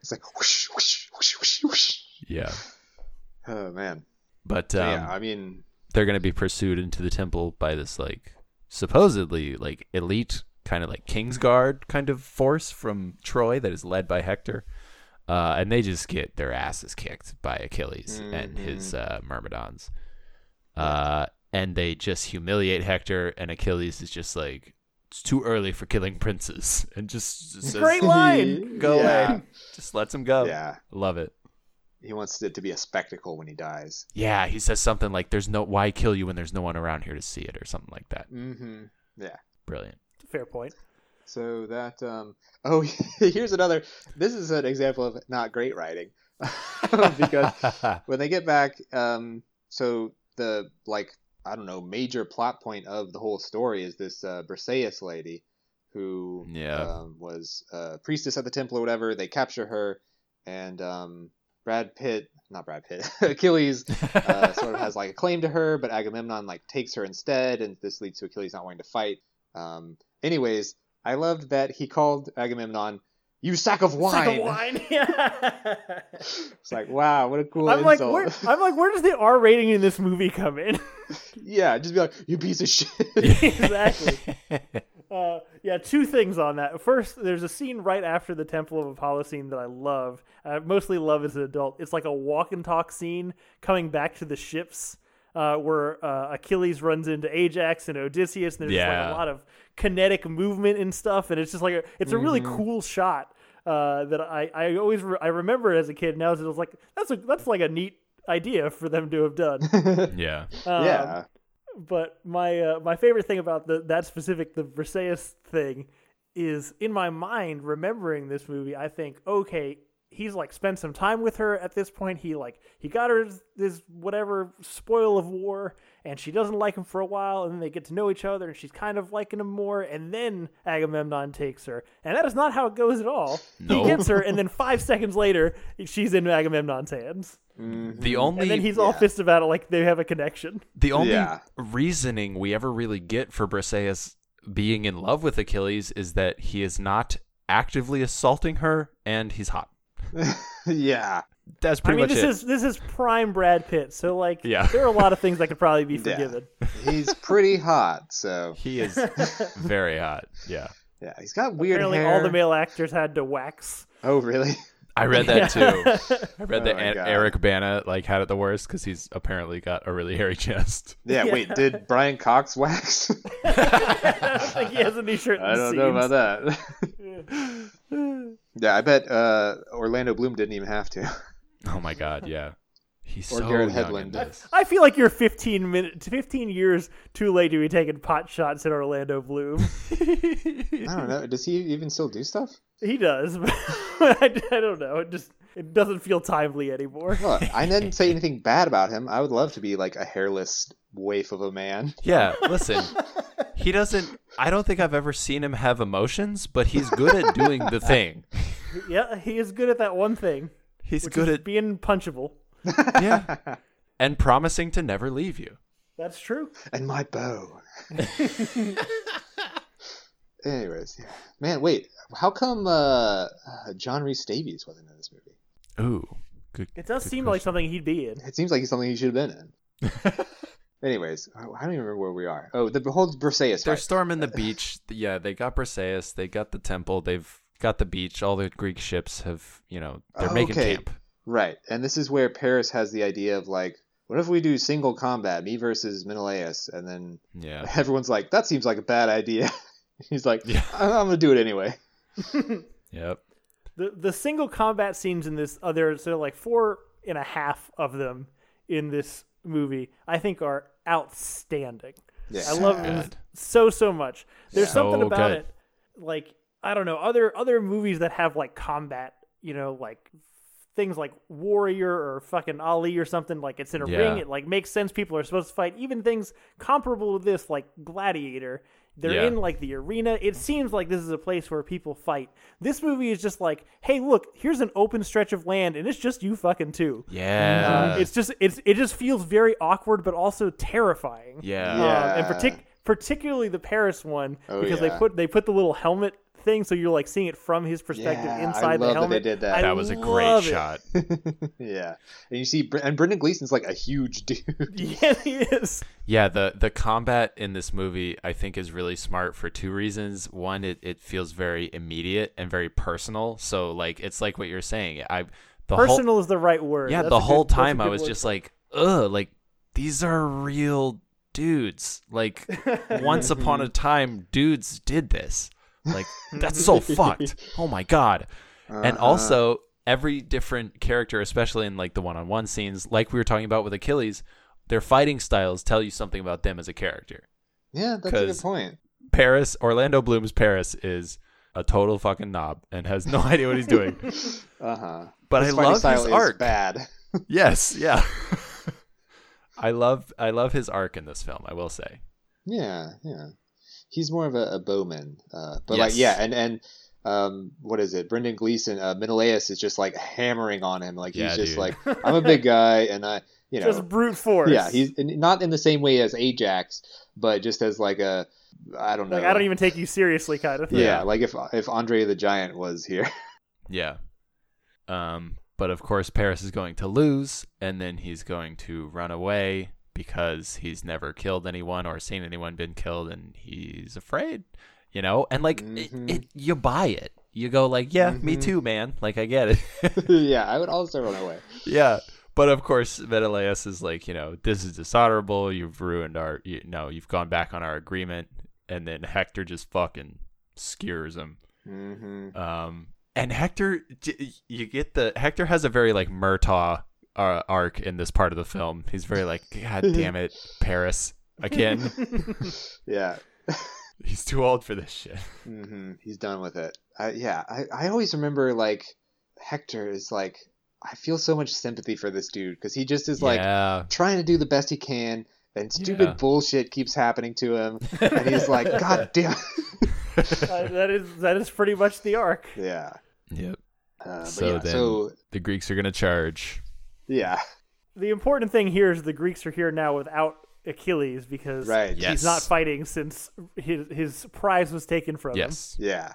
B: it's like whoosh, whoosh, whoosh, whoosh, whoosh.
A: Yeah.
B: Oh man,
A: But um,
B: yeah, I mean,
A: they're going to be pursued into the temple by this like supposedly like elite kind of like Kingsguard kind of force from Troy that is led by Hector. Uh, and they just get their asses kicked by Achilles and his uh,
B: Mm-hmm.
A: Myrmidons. Uh, and they just humiliate Hector, and Achilles is just like, it's too early for killing princes. And just, just says,
C: Great line.
A: go
B: yeah,
A: away. Just lets him go.
B: Yeah.
A: Love it.
B: He wants it to be a spectacle when he dies.
A: Yeah, he says something like, there's no, why kill you when there's no one around here to see it, or something like that.
B: Mm-hmm. Yeah.
A: Brilliant.
C: Fair point.
B: So that um oh here's another this is an example of not great writing because when they get back um so the like I don't know major plot point of the whole story is this uh, Briseis lady who
A: Yeah.
B: um, was a priestess at the temple or whatever they capture her and um Brad Pitt not Brad Pitt Achilles uh, sort of has like a claim to her, but Agamemnon like takes her instead, and this leads to Achilles not wanting to fight. Um, anyways, I loved that he called Agamemnon, "You sack of wine."
C: Sack of wine. Yeah.
B: It's like, wow, what a cool
C: I'm like,
B: insult.
C: where, I'm like, where does the R rating in this movie come in?
B: yeah, just be like, "You piece of shit."
C: exactly. Uh, yeah, two things on that. First, there's a scene right after the Temple of Apollo scene that I love. I mostly love as an adult. It's like a walk and talk scene coming back to the ships uh, where uh, Achilles runs into Ajax and Odysseus, and there's just,
A: Yeah.
C: like a lot of kinetic movement and stuff. And it's just like a, it's a really cool shot uh, that I, I always re- I remember as a kid. Now as it was like that's a, that's like a neat idea for them to have done.
A: yeah.
C: Um,
B: yeah,
C: but my uh, my favorite thing about the, that specific the Versailles thing is in my mind remembering this movie I think okay he's like spent some time with her at this point he like he got her this whatever spoil of war and she doesn't like him for a while and then they get to know each other and she's kind of liking him more and then Agamemnon takes her and that is not how it goes at all
A: No.
C: he gets her and then 5 seconds later she's in Agamemnon's hands
A: The only
C: and then he's all pissed about it like they have a connection
A: the only
B: Yeah.
A: reasoning we ever really get for Briseis being in love with Achilles is that he is not actively assaulting her and he's hot.
B: yeah,
A: That's
C: I
A: pretty
C: mean,
A: much
C: this
A: it.
C: is this is prime Brad Pitt. So like,
A: Yeah.
C: there are a lot of things that could probably be
B: Yeah.
C: forgiven.
B: he's pretty hot. So
A: He is very hot. Yeah.
B: yeah, he's got weird
C: Apparently,
B: hair.
C: all the male actors had to wax.
B: oh, really?
A: I read that too. I read
B: Oh
A: that
B: my
A: An-
B: God.
A: Eric Bana like had it the worst because he's apparently got a really hairy chest.
B: Yeah, Wait, did Brian Cox wax?
C: I don't think he has any shirt. in
B: I
C: the
B: don't know
C: scenes.
B: about that. yeah, I bet uh, Orlando Bloom didn't even have to.
A: Oh my god, yeah. He's
B: Or
A: so
B: Garrett
A: young in
B: Hedlund.
A: this.
C: I feel like you're 15 minutes, 15 years too late to be taking pot shots at Orlando Bloom.
B: I don't know. Does he even still do stuff?
C: he does, but I, I don't know. It just it doesn't feel timely anymore.
B: Look, I didn't say anything bad about him. I would love to be like a hairless waif of a man.
A: Yeah, listen. He doesn't I don't think I've ever seen him have emotions, but he's good at doing the thing.
C: yeah, he is good at that one thing,
A: He's
C: which
A: good
C: is
A: at
C: being punchable.
A: yeah. And promising to never leave you.
C: That's true.
B: And my bow. Anyways, yeah. man, wait. How come uh, uh, John Reese Davies wasn't in this movie?
A: Ooh. Good.
C: It does seem like something he'd be in.
B: It seems like he's something he should have been in. Anyways, I I don't even remember where we are. Oh, the whole Briseis
A: They're
B: fight.
A: storming the beach. Yeah, they got Briseis, they got the temple, they've got the beach. All the Greek ships have, you know, they're making
B: Okay.
A: camp.
B: Right, and this is where Paris has the idea of like, what if we do single combat, me versus Menelaus, and then
A: Yeah.
B: everyone's like, that seems like a bad idea. He's like,
A: Yeah.
B: I- I'm gonna do it anyway.
A: Yep.
C: the the single combat scenes in this uh, there's there are like four and a half of them in this movie i think are outstanding
B: Yeah.
C: i love them
A: Good.
C: so so much there's
A: Yeah.
C: something
A: So
C: about
A: good.
C: it like i don't know other other movies that have like combat you know like things like warrior or fucking ali or something like it's in a
A: Yeah.
C: ring it like makes sense people are supposed to fight even things comparable to this like gladiator they're
A: Yeah.
C: in like the arena. It seems like this is a place where people fight. This movie is just like, hey, look, here's an open stretch of land, and it's just you fucking two.
A: Yeah.
C: it's just it's it just feels very awkward, but also terrifying.
A: yeah.
C: Um, and
B: Yeah.
C: partic- particularly the Paris one
B: Oh,
C: because
B: yeah.
C: they put they put the little helmet thing, so you're like seeing it from his perspective
B: Yeah, I
C: inside the
B: love that they
C: helmet.
B: did that.
C: I
A: That was a great
C: love it.
A: shot.
B: yeah, and you see, Br- and Brendan Gleeson's like a huge dude.
C: Yeah, he is.
A: Yeah, the the combat in this movie I think is really smart for two reasons. One, it, it feels very immediate and very personal. So like it's like what you're saying. I the
C: Personal is the right
A: whole
C: word.
A: yeah
C: That's
A: the
C: a
A: whole
C: good- that's a
A: time I
C: good
A: was
C: word
A: just like ugh like these are real dudes. Like once upon a time dudes did this. Like that's so fucked. Oh my god. And
C: Uh-huh.
A: also every different character, especially in like the one-on-one scenes, like we were talking about with Achilles, their fighting styles tell you something about them as a character
B: Yeah, that's a good
A: 'Cause-
B: point.
A: Paris, Orlando Bloom's Paris is a total fucking knob and has no idea what he's doing.
B: Uh huh.
A: But I love
B: style
A: his
B: is
A: arc.
B: bad.
A: Yes, yeah. I love I love his arc in this film, I will say.
B: Yeah, yeah. He's more of a, a bowman. Uh, but
A: Yes.
B: like, yeah, and and um, what is it? Brendan Gleeson, uh, Menelaus is just like hammering on him. Like
A: Yeah,
B: he's just
A: dude.
B: like, I'm a big guy, and I, you know,
C: Just brute force.
B: yeah, he's and not in the same way as Ajax, but just as like a, I don't know,
C: like I don't even take you seriously kind of thing.
B: yeah,
A: Yeah.
B: like if if Andre the Giant was here,
A: Yeah. Um, but of course Paris is going to lose and then he's going to run away because he's never killed anyone or seen anyone been killed and he's afraid, you know? And like it,
B: Mhm.
A: it, you buy it. You go like, yeah, me
B: Mhm.
A: too, man. Like I get it.
B: yeah, I would also run away.
A: yeah. But of course, Menelaus is like, you know, this is dishonorable. You've ruined our, you know, you've gone back on our agreement. And then Hector just fucking skewers him.
B: hmm
A: Um, and Hector, j- you get the Hector has a very like Murtaugh uh, arc in this part of the film. He's very like, God damn it, Paris again.
B: Yeah,
A: He's too old for this shit.
B: hmm He's done with it. I, yeah, I, I always remember like Hector is like I feel so much sympathy for this dude because he just is like
A: yeah,
B: trying to do the best he can, and stupid
A: Yeah.
B: bullshit keeps happening to him, and he's like, God damn.
C: Uh, that is that is pretty much the arc.
B: yeah.
A: yep.
B: Uh, but
A: So
B: yeah,
A: then-
B: so
A: The Greeks are gonna charge.
B: yeah,
C: The important thing here is the Greeks are here now without Achilles because
B: right.
A: Yeah.
C: he's not fighting since his his prize was taken from
A: Yes,
B: Yeah.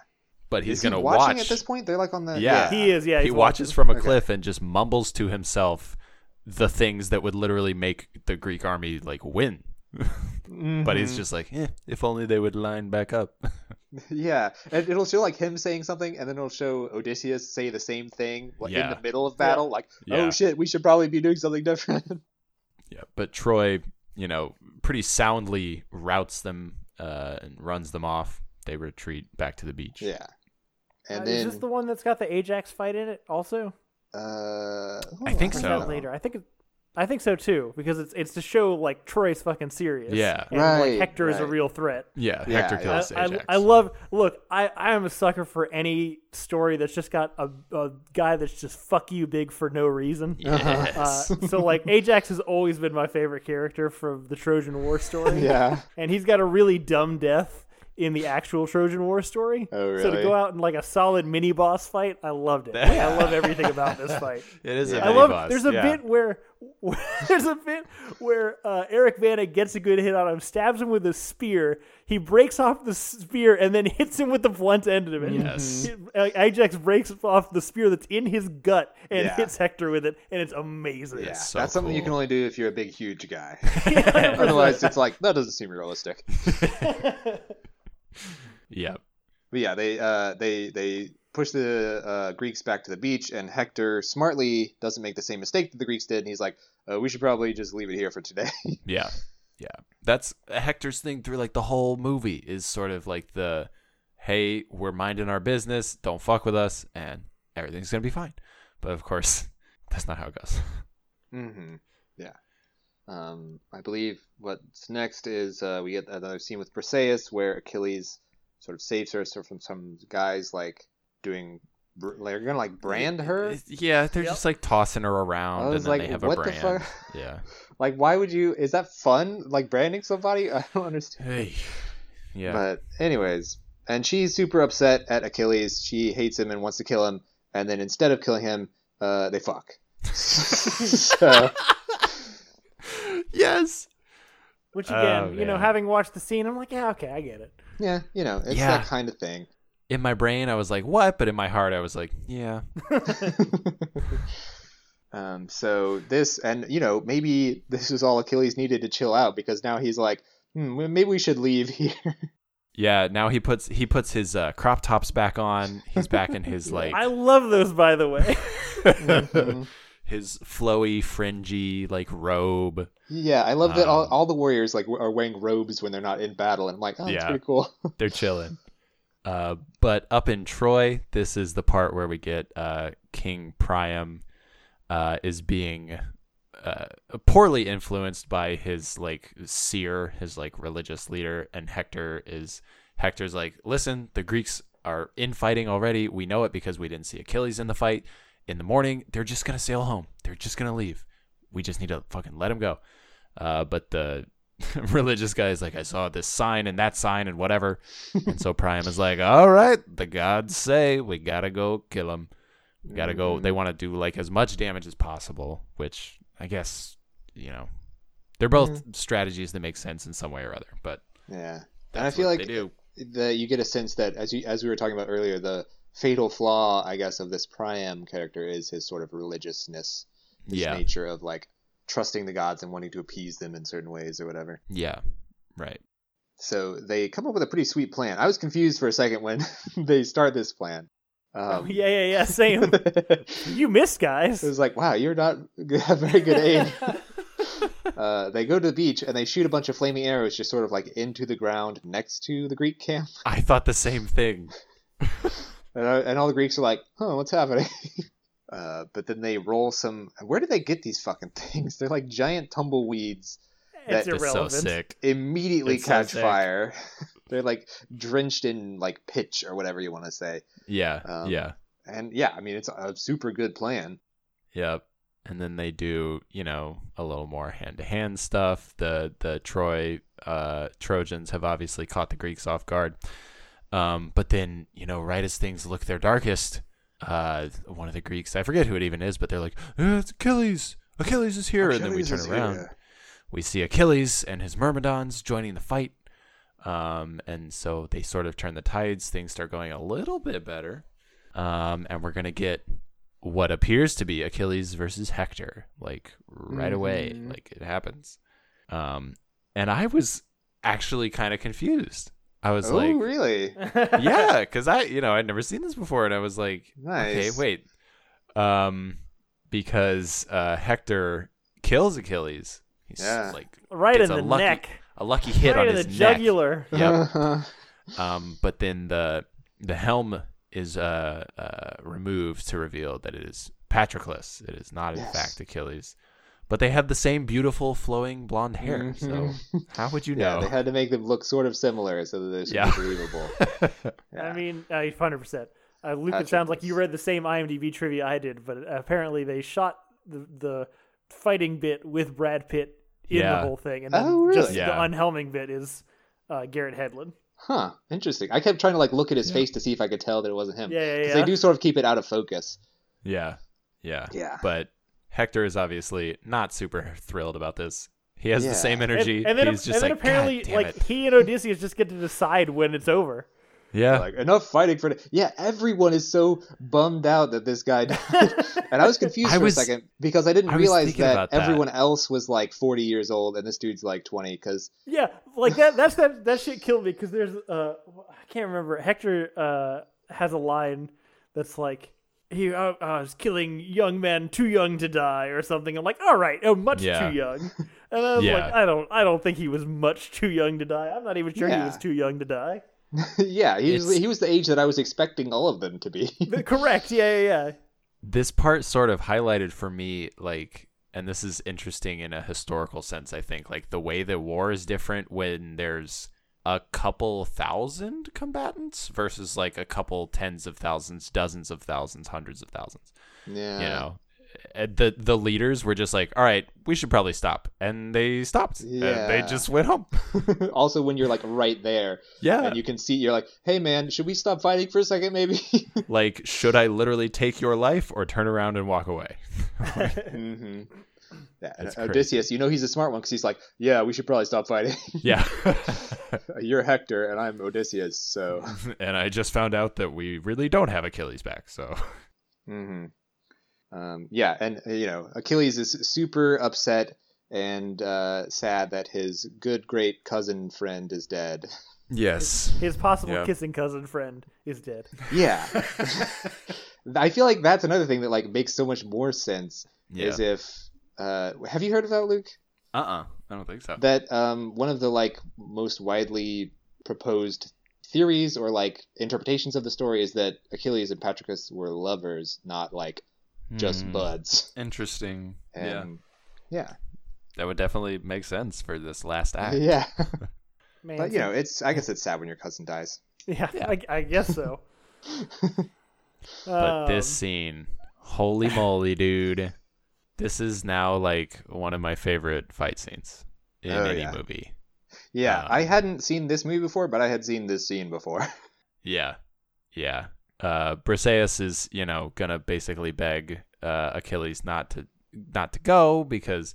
A: but he's
B: Is he
A: gonna
B: watching
A: watch.
B: at this point. They're like on the
A: Yeah.
C: him. He is, yeah.
A: he
C: he's
A: watches from a
B: Okay.
A: cliff and just mumbles to himself the things that would literally make the Greek army like win. But he's just like, eh, if only they would line back up.
B: yeah, and it'll show like him saying something, and then it'll show Odysseus say the same thing like,
A: Yeah.
B: in the middle of battle, like,
A: Yeah.
B: "Oh shit, we should probably be doing something different."
A: Yeah, but Troy, you know, pretty soundly routs them uh, and runs them off. They retreat back to the beach.
B: yeah, and
C: Uh,
B: then
C: is this the one that's got the Ajax fight in it also?
B: Uh,
A: I think
C: Or
B: don't
C: is
A: so.
C: that
B: know.
C: later. I think it, I think so too because it's it's to show like Troy's fucking serious.
A: Yeah.
C: and like
B: Right,
C: Hector is a
B: right.
C: real threat.
A: Yeah,
B: Yeah,
A: Hector
B: yeah.
C: I,
A: kills
C: I,
A: Ajax.
C: I love look I, I am a sucker for any story that's just got a, a guy that's just fuck you big for no reason uh,
A: Yes.
C: so like ajax has always been my favorite character from the trojan war story
B: Yeah.
C: and he's got a really dumb death in the actual trojan war story
B: Oh,
C: so to
B: really?
C: go out in like a solid mini boss fight i loved it Like, i love everything about this fight
A: it is. a
C: I
A: mini
C: love.
A: boss,
C: There's a
A: yeah.
C: bit where, there's a bit where uh, Eric Vanna gets a good hit on him, stabs him with a spear. He breaks off the spear and then hits him with the blunt end of it.
A: Yes.
C: He- uh, Ajax breaks off the spear that's in his gut and
B: Yeah.
C: hits Hector with it, and it's amazing.
B: Yeah,
A: so
B: that's something you
A: cool.
B: can only do if you're a big, huge guy. Otherwise, it's like that doesn't seem realistic.
A: Yeah.
B: But yeah, they uh, they they push the uh, Greeks back to the beach, and Hector smartly doesn't make the same mistake that the Greeks did, and he's like, uh, "We should probably just leave it here for today."
A: Yeah. Yeah. That's Hector's thing through like the whole movie is sort of like the hey, we're minding our business, don't fuck with us, and everything's gonna be fine. But of course, that's not how it goes.
B: hmm Yeah. Um, I believe what's next is uh, we get another scene with Briseis where Achilles sort of saves her so- from some guys like doing. br- They're gonna like brand her.
A: Yeah, they're
C: Yep.
A: just like tossing her around
B: I
A: and
B: was
A: then
B: like,
A: they have
B: what
A: a
B: the
A: brand.
B: fuck?
A: Yeah.
B: Like, why would you? Is that fun? Like branding somebody? I don't understand.
A: Hey. Yeah.
B: But anyways, and she's super upset at Achilles. She hates him and wants to kill him. And then instead of killing him, uh, they fuck. so,
A: yes.
C: Which again,
A: Oh,
C: you know,
A: man.
C: having watched the scene, I'm like, yeah, okay, I get it.
B: yeah, you know, it's
A: Yeah.
B: that kind of thing.
A: In my brain, I was like, "What?" But in my heart, I was like, "Yeah."
B: Um, so this, and you know, maybe this is all Achilles needed to chill out because now he's like, hmm, well, maybe we should leave here.
A: Yeah. Now he puts he puts his uh, crop tops back on. He's back in his like
C: I love those, by the way.
A: Mm-hmm. his flowy, fringy like robe.
B: yeah, I love that all,
A: Um,
B: all the warriors like are wearing robes when they're not in battle, and I'm like, oh, that's
A: Yeah.
B: pretty cool.
A: They're chilling. Uh, but up in Troy, this is the part where we get uh, King Priam uh, is being uh, poorly influenced by his like seer, his like religious leader, and Hector is Hector's like, listen, the Greeks are infighting already. We know it because we didn't see Achilles in the fight. In the morning, they're just gonna sail home. They're just gonna leave. We just need to fucking let them go. Uh, but the religious guy is like, I saw this sign and that sign and whatever. and so Priam is like, all right, the gods say we gotta go kill them. We gotta go.
B: Mm.
A: They want to do like as much damage as possible, which I guess you know, they're both
B: Mm-hmm.
A: strategies that make sense in some way or other. But
B: Yeah.
A: that's
B: I feel
A: what
B: like
A: they do.
B: the you get a sense that as you as we were talking about earlier, the fatal flaw, I guess, of this Priam character is his sort of religiousness, his
A: Yeah,
B: nature of like trusting the gods and wanting to appease them in certain ways or whatever.
A: yeah, right.
B: So they come up with a pretty sweet plan. I was confused for a second when they start this plan.
A: Oh,
B: Um,
C: yeah, yeah, yeah. Same.
B: it
C: you missed, guys.
B: was like, wow, you're not g- a very good aim. uh, they go to the beach and they shoot a bunch of flaming arrows just sort of like into the ground next to the Greek camp.
A: I thought the same thing.
B: And, uh, and all the Greeks are like, huh, what's happening? Uh, but then they roll some. Where do they get these fucking things? They're like giant tumbleweeds.
C: it's
B: that
A: It's so
C: irrelevant.
A: sick.
B: Immediately
A: It's so
B: catch
A: sick.
B: fire. They're like drenched in like pitch or whatever you want to say.
A: Yeah,
B: Um,
A: yeah,
B: And yeah, I mean it's a super good plan.
A: yep. And then they do, you know, a little more hand-to-hand stuff. The the Troy uh, Trojans have obviously caught the Greeks off guard. Um, but then, you know, right as things look their darkest, uh, one of the Greeks, I forget who it even is, but they're like, "Eh, "It's Achilles! Achilles is here!" and then we
B: Achilles
A: turn
B: is
A: around.
B: here.
A: we see Achilles and his Myrmidons joining the fight. Um, and so they sort of turn the tides. Things start going a little bit better. Um, and we're going to get what appears to be Achilles versus Hector, like right away.
B: Mhm.
A: Like it happens. Um, and I was actually kind of confused. I was
B: Oh,
A: like,
B: really?
A: yeah, because I, you know, I'd never seen this before, and I was like, okay,
B: Nice.
A: wait, um, because uh, Hector kills Achilles. He's
B: Yeah.
A: like
C: right in
A: gets a
C: the
A: lucky-
C: neck.
A: a lucky hit
C: right
A: on
C: in
A: his
C: the
A: neck.
C: jugular.
A: Yep. um, but then the the helm is uh, uh removed to reveal that it is Patroclus. It is not in
B: Yes.
A: fact Achilles. But they have the same beautiful flowing blonde hair. So how would you
B: Mm-hmm. yeah,
A: know?
B: they had to make them look sort of similar so that they should
A: Yeah.
B: be believable.
C: I
B: Yeah.
C: mean, uh, 100%. Uh, Luke, it
B: Patrick
C: sounds like
B: was-
C: you read the same IMDb trivia I did, but apparently they shot the, the fighting bit with Brad Pitt in
A: Yeah.
C: the whole thing. And then
B: Oh, really?
C: just
A: Yeah.
C: the unhelming bit is uh, Garrett Hedlund.
B: Huh, interesting. I kept trying to like look at his face to see if I could tell that it wasn't him.
C: Yeah, yeah,
B: 'Cause
C: yeah.
B: They do sort of keep it out of focus.
A: yeah, yeah.
B: Yeah.
A: But Hector is obviously not super thrilled about this. He has
B: Yeah.
A: the same
C: And-
A: energy.
C: And, then,
A: He's just
C: and then
A: like,
C: apparently,
A: "God damn
C: like
A: it."
C: he and Odysseus just get to decide when it's over.
A: yeah,
B: Like enough fighting for. Yeah, everyone is so bummed out that this guy died, and I was confused
A: I
B: for
A: was-
B: a second because I didn't
A: I was
B: realize
A: thinking
B: that,
A: about that.
B: everyone else was like forty years old and this dude's like twenty. Because
C: Yeah, like that. That's that. That shit killed me because there's uh, I can't remember. Hector uh has a line that's like he uh, uh, is killing young men too young to die or something. I'm like, all right, oh, much
A: Yeah.
C: too young. And I was like,
A: Yeah.
C: I don't, I don't think he was much too young to die. I'm not even sure he
B: Yeah.
C: was too young to die.
B: yeah, he was
A: It's-
B: he was the age that I was expecting all of them to be.
C: The- Correct. Yeah, yeah, yeah.
A: this part sort of highlighted for me like and this is interesting in a historical sense i think like the way the war is different when there's a couple thousand combatants versus like a couple tens of thousands dozens of thousands hundreds of thousands
B: yeah.
A: you know Uh, the the leaders were just like all right we should probably stop and they stopped and they
B: Yeah.
A: just went home
B: also, when you're like right there
A: yeah
B: and you can see, you're like, hey man, should we stop fighting for a second, maybe?
A: like should i literally take your life or turn around and walk away
B: mm-hmm. Yeah, and
A: That's crazy.
B: Uh, Odysseus, you know he's a smart one because he's like, yeah, we should probably stop fighting.
A: yeah
B: You're Hector and I'm Odysseus, so.
A: and i just found out that we really don't have achilles back so
B: hmm Um, yeah, and uh, you know Achilles is super upset and uh, sad that his good great cousin friend is dead.
A: Yes.
C: His possible
A: Yeah.
C: kissing cousin friend is dead.
B: Yeah, I feel like that's another thing that like makes so much more sense is if. Uh, have you heard of that, Luke?
A: Uh uh I don't think so.
B: That um, one of the like most widely proposed theories or like interpretations of the story is that Achilles and Patroclus were lovers, not like
A: Hmm. Mm.
B: just buds.
A: Interesting. yeah.
B: And yeah,
A: That would definitely make sense for this last act.
B: Yeah.
C: Man,
B: But you know, it's I guess it's sad when your cousin dies.
C: yeah,
A: Yeah.
C: I, I guess so.
A: But this
C: Um,
A: scene, holy moly, dude. This is now like one of my favorite fight scenes in
B: Oh,
A: any
B: yeah.
A: movie.
B: Yeah,
A: Uh,
B: I hadn't seen this movie before, but I had seen this scene
A: Um,
B: before.
A: Yeah. Yeah. Uh Briseis is, you know, gonna basically beg uh Achilles not to not to go because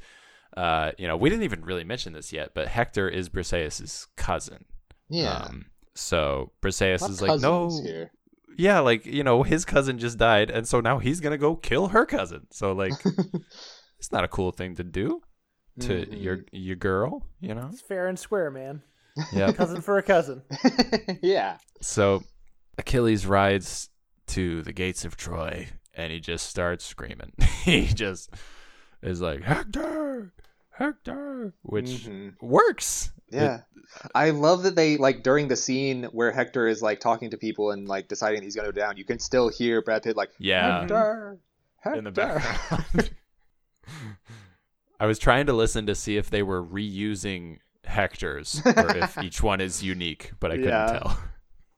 A: uh, you know, we didn't even really mention this yet, but Hector is Briseis's cousin.
B: yeah,
A: Um, so Briseis
B: Not
A: is like, no,
B: cousins here.
A: yeah, like you know, his cousin just died, and so now he's gonna go kill her cousin. So like, it's not a cool thing to do to
B: Mm-mm.
A: your your girl, you know.
C: It's fair and square, man.
A: Yeah.
C: Cousin for a cousin.
B: yeah.
A: So Achilles rides to the gates of Troy and he just starts screaming. he just is like, Hector, Hector, which
B: Mhm.
A: works. It-
B: Yeah. I love that they like during the scene where Hector is like talking to people and like deciding he's gonna go down, you can still hear Brad Pitt like
A: yeah.
B: Hector Hector
A: Um, In the background. I was trying to listen to see if they were reusing Hector's or if each one is unique, but I couldn't
B: Yeah.
A: tell.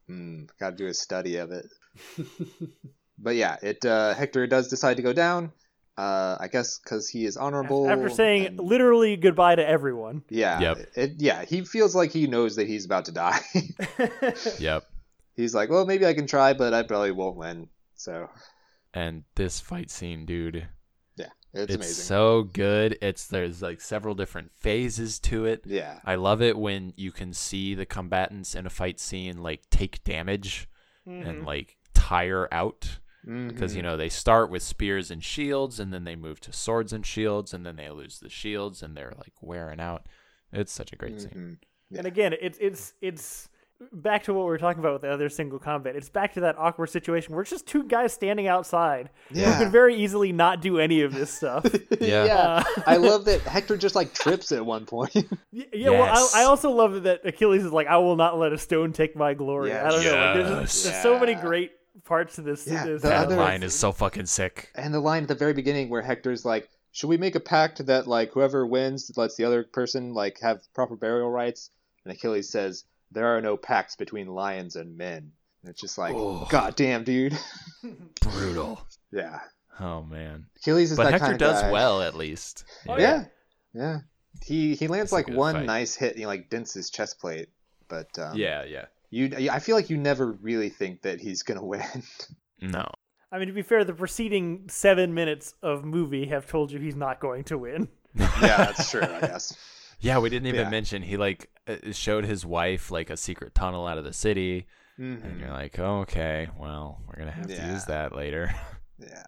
B: Hmm, gotta do a study of it. but yeah, it uh Hector does decide to go down. Uh I guess because he is honorable.
C: After saying
B: and-
C: literally goodbye to everyone.
B: Yeah.
A: Yep.
B: It, yeah, he feels like he knows that he's about to die.
A: Yep.
B: he's like, Well maybe I can try, but I probably won't win. So
A: And this fight scene, dude.
B: it's,
A: It's,
B: amazing.
A: so good. It's there's like several different phases to it.
B: yeah.
A: I love it when you can see the combatants in a fight scene like take damage
B: Mm-hmm.
A: and like tire out because you know they start with spears and shields and then they move to swords and shields and then they lose the shields and they're like wearing out. It's such a great scene.
C: And again, it's it's it's back to what we were talking about with the other single combat. It's back to that awkward situation where it's just two guys standing outside
B: Yeah.
C: who could very easily not do any of this stuff.
A: Yeah.
B: Mm-hmm. yeah. I love that Hector just like trips at one point.
C: Y- yeah, well,
A: Yes.
C: I, I also love that Achilles is like, I will not let a stone take my glory. I don't know. Like, there's,
A: Yes.
C: just- there's so many
B: Yeah.
C: great parts to this.
B: Yeah,
C: this
B: the
A: That
B: other-
A: line is so fucking sick.
B: and the line at the very beginning where Hector's like, "Should we make a pact that like whoever wins lets the other person like have proper burial rights?" And Achilles says, "There are no pacts between lions and men." And it's just like,
A: Oh.
B: "God damn, dude."
A: Brutal.
B: yeah,
A: Oh man.
B: Achilles is
A: but
B: that
A: Hector
B: kind of
A: does
B: guy.
A: well at least.
C: Oh,
B: yeah. yeah, He he lands
A: That's a
B: like
A: good
B: one
A: fight.
B: nice hit and he like dents his chest plate, but um,
A: Yeah, yeah.
B: you I feel like you never really think that he's gonna win.
A: No.
C: I mean, to be fair, the preceding seven minutes of movie have told you he's not going to win.
B: yeah, that's true. I guess.
A: Yeah, we didn't even
B: Yeah.
A: mention he like uh, showed his wife like a secret tunnel out of the city, and
B: Mhm.
A: you're like, oh, okay, well, we're gonna have to
B: Yeah.
A: use that later.
B: Yeah.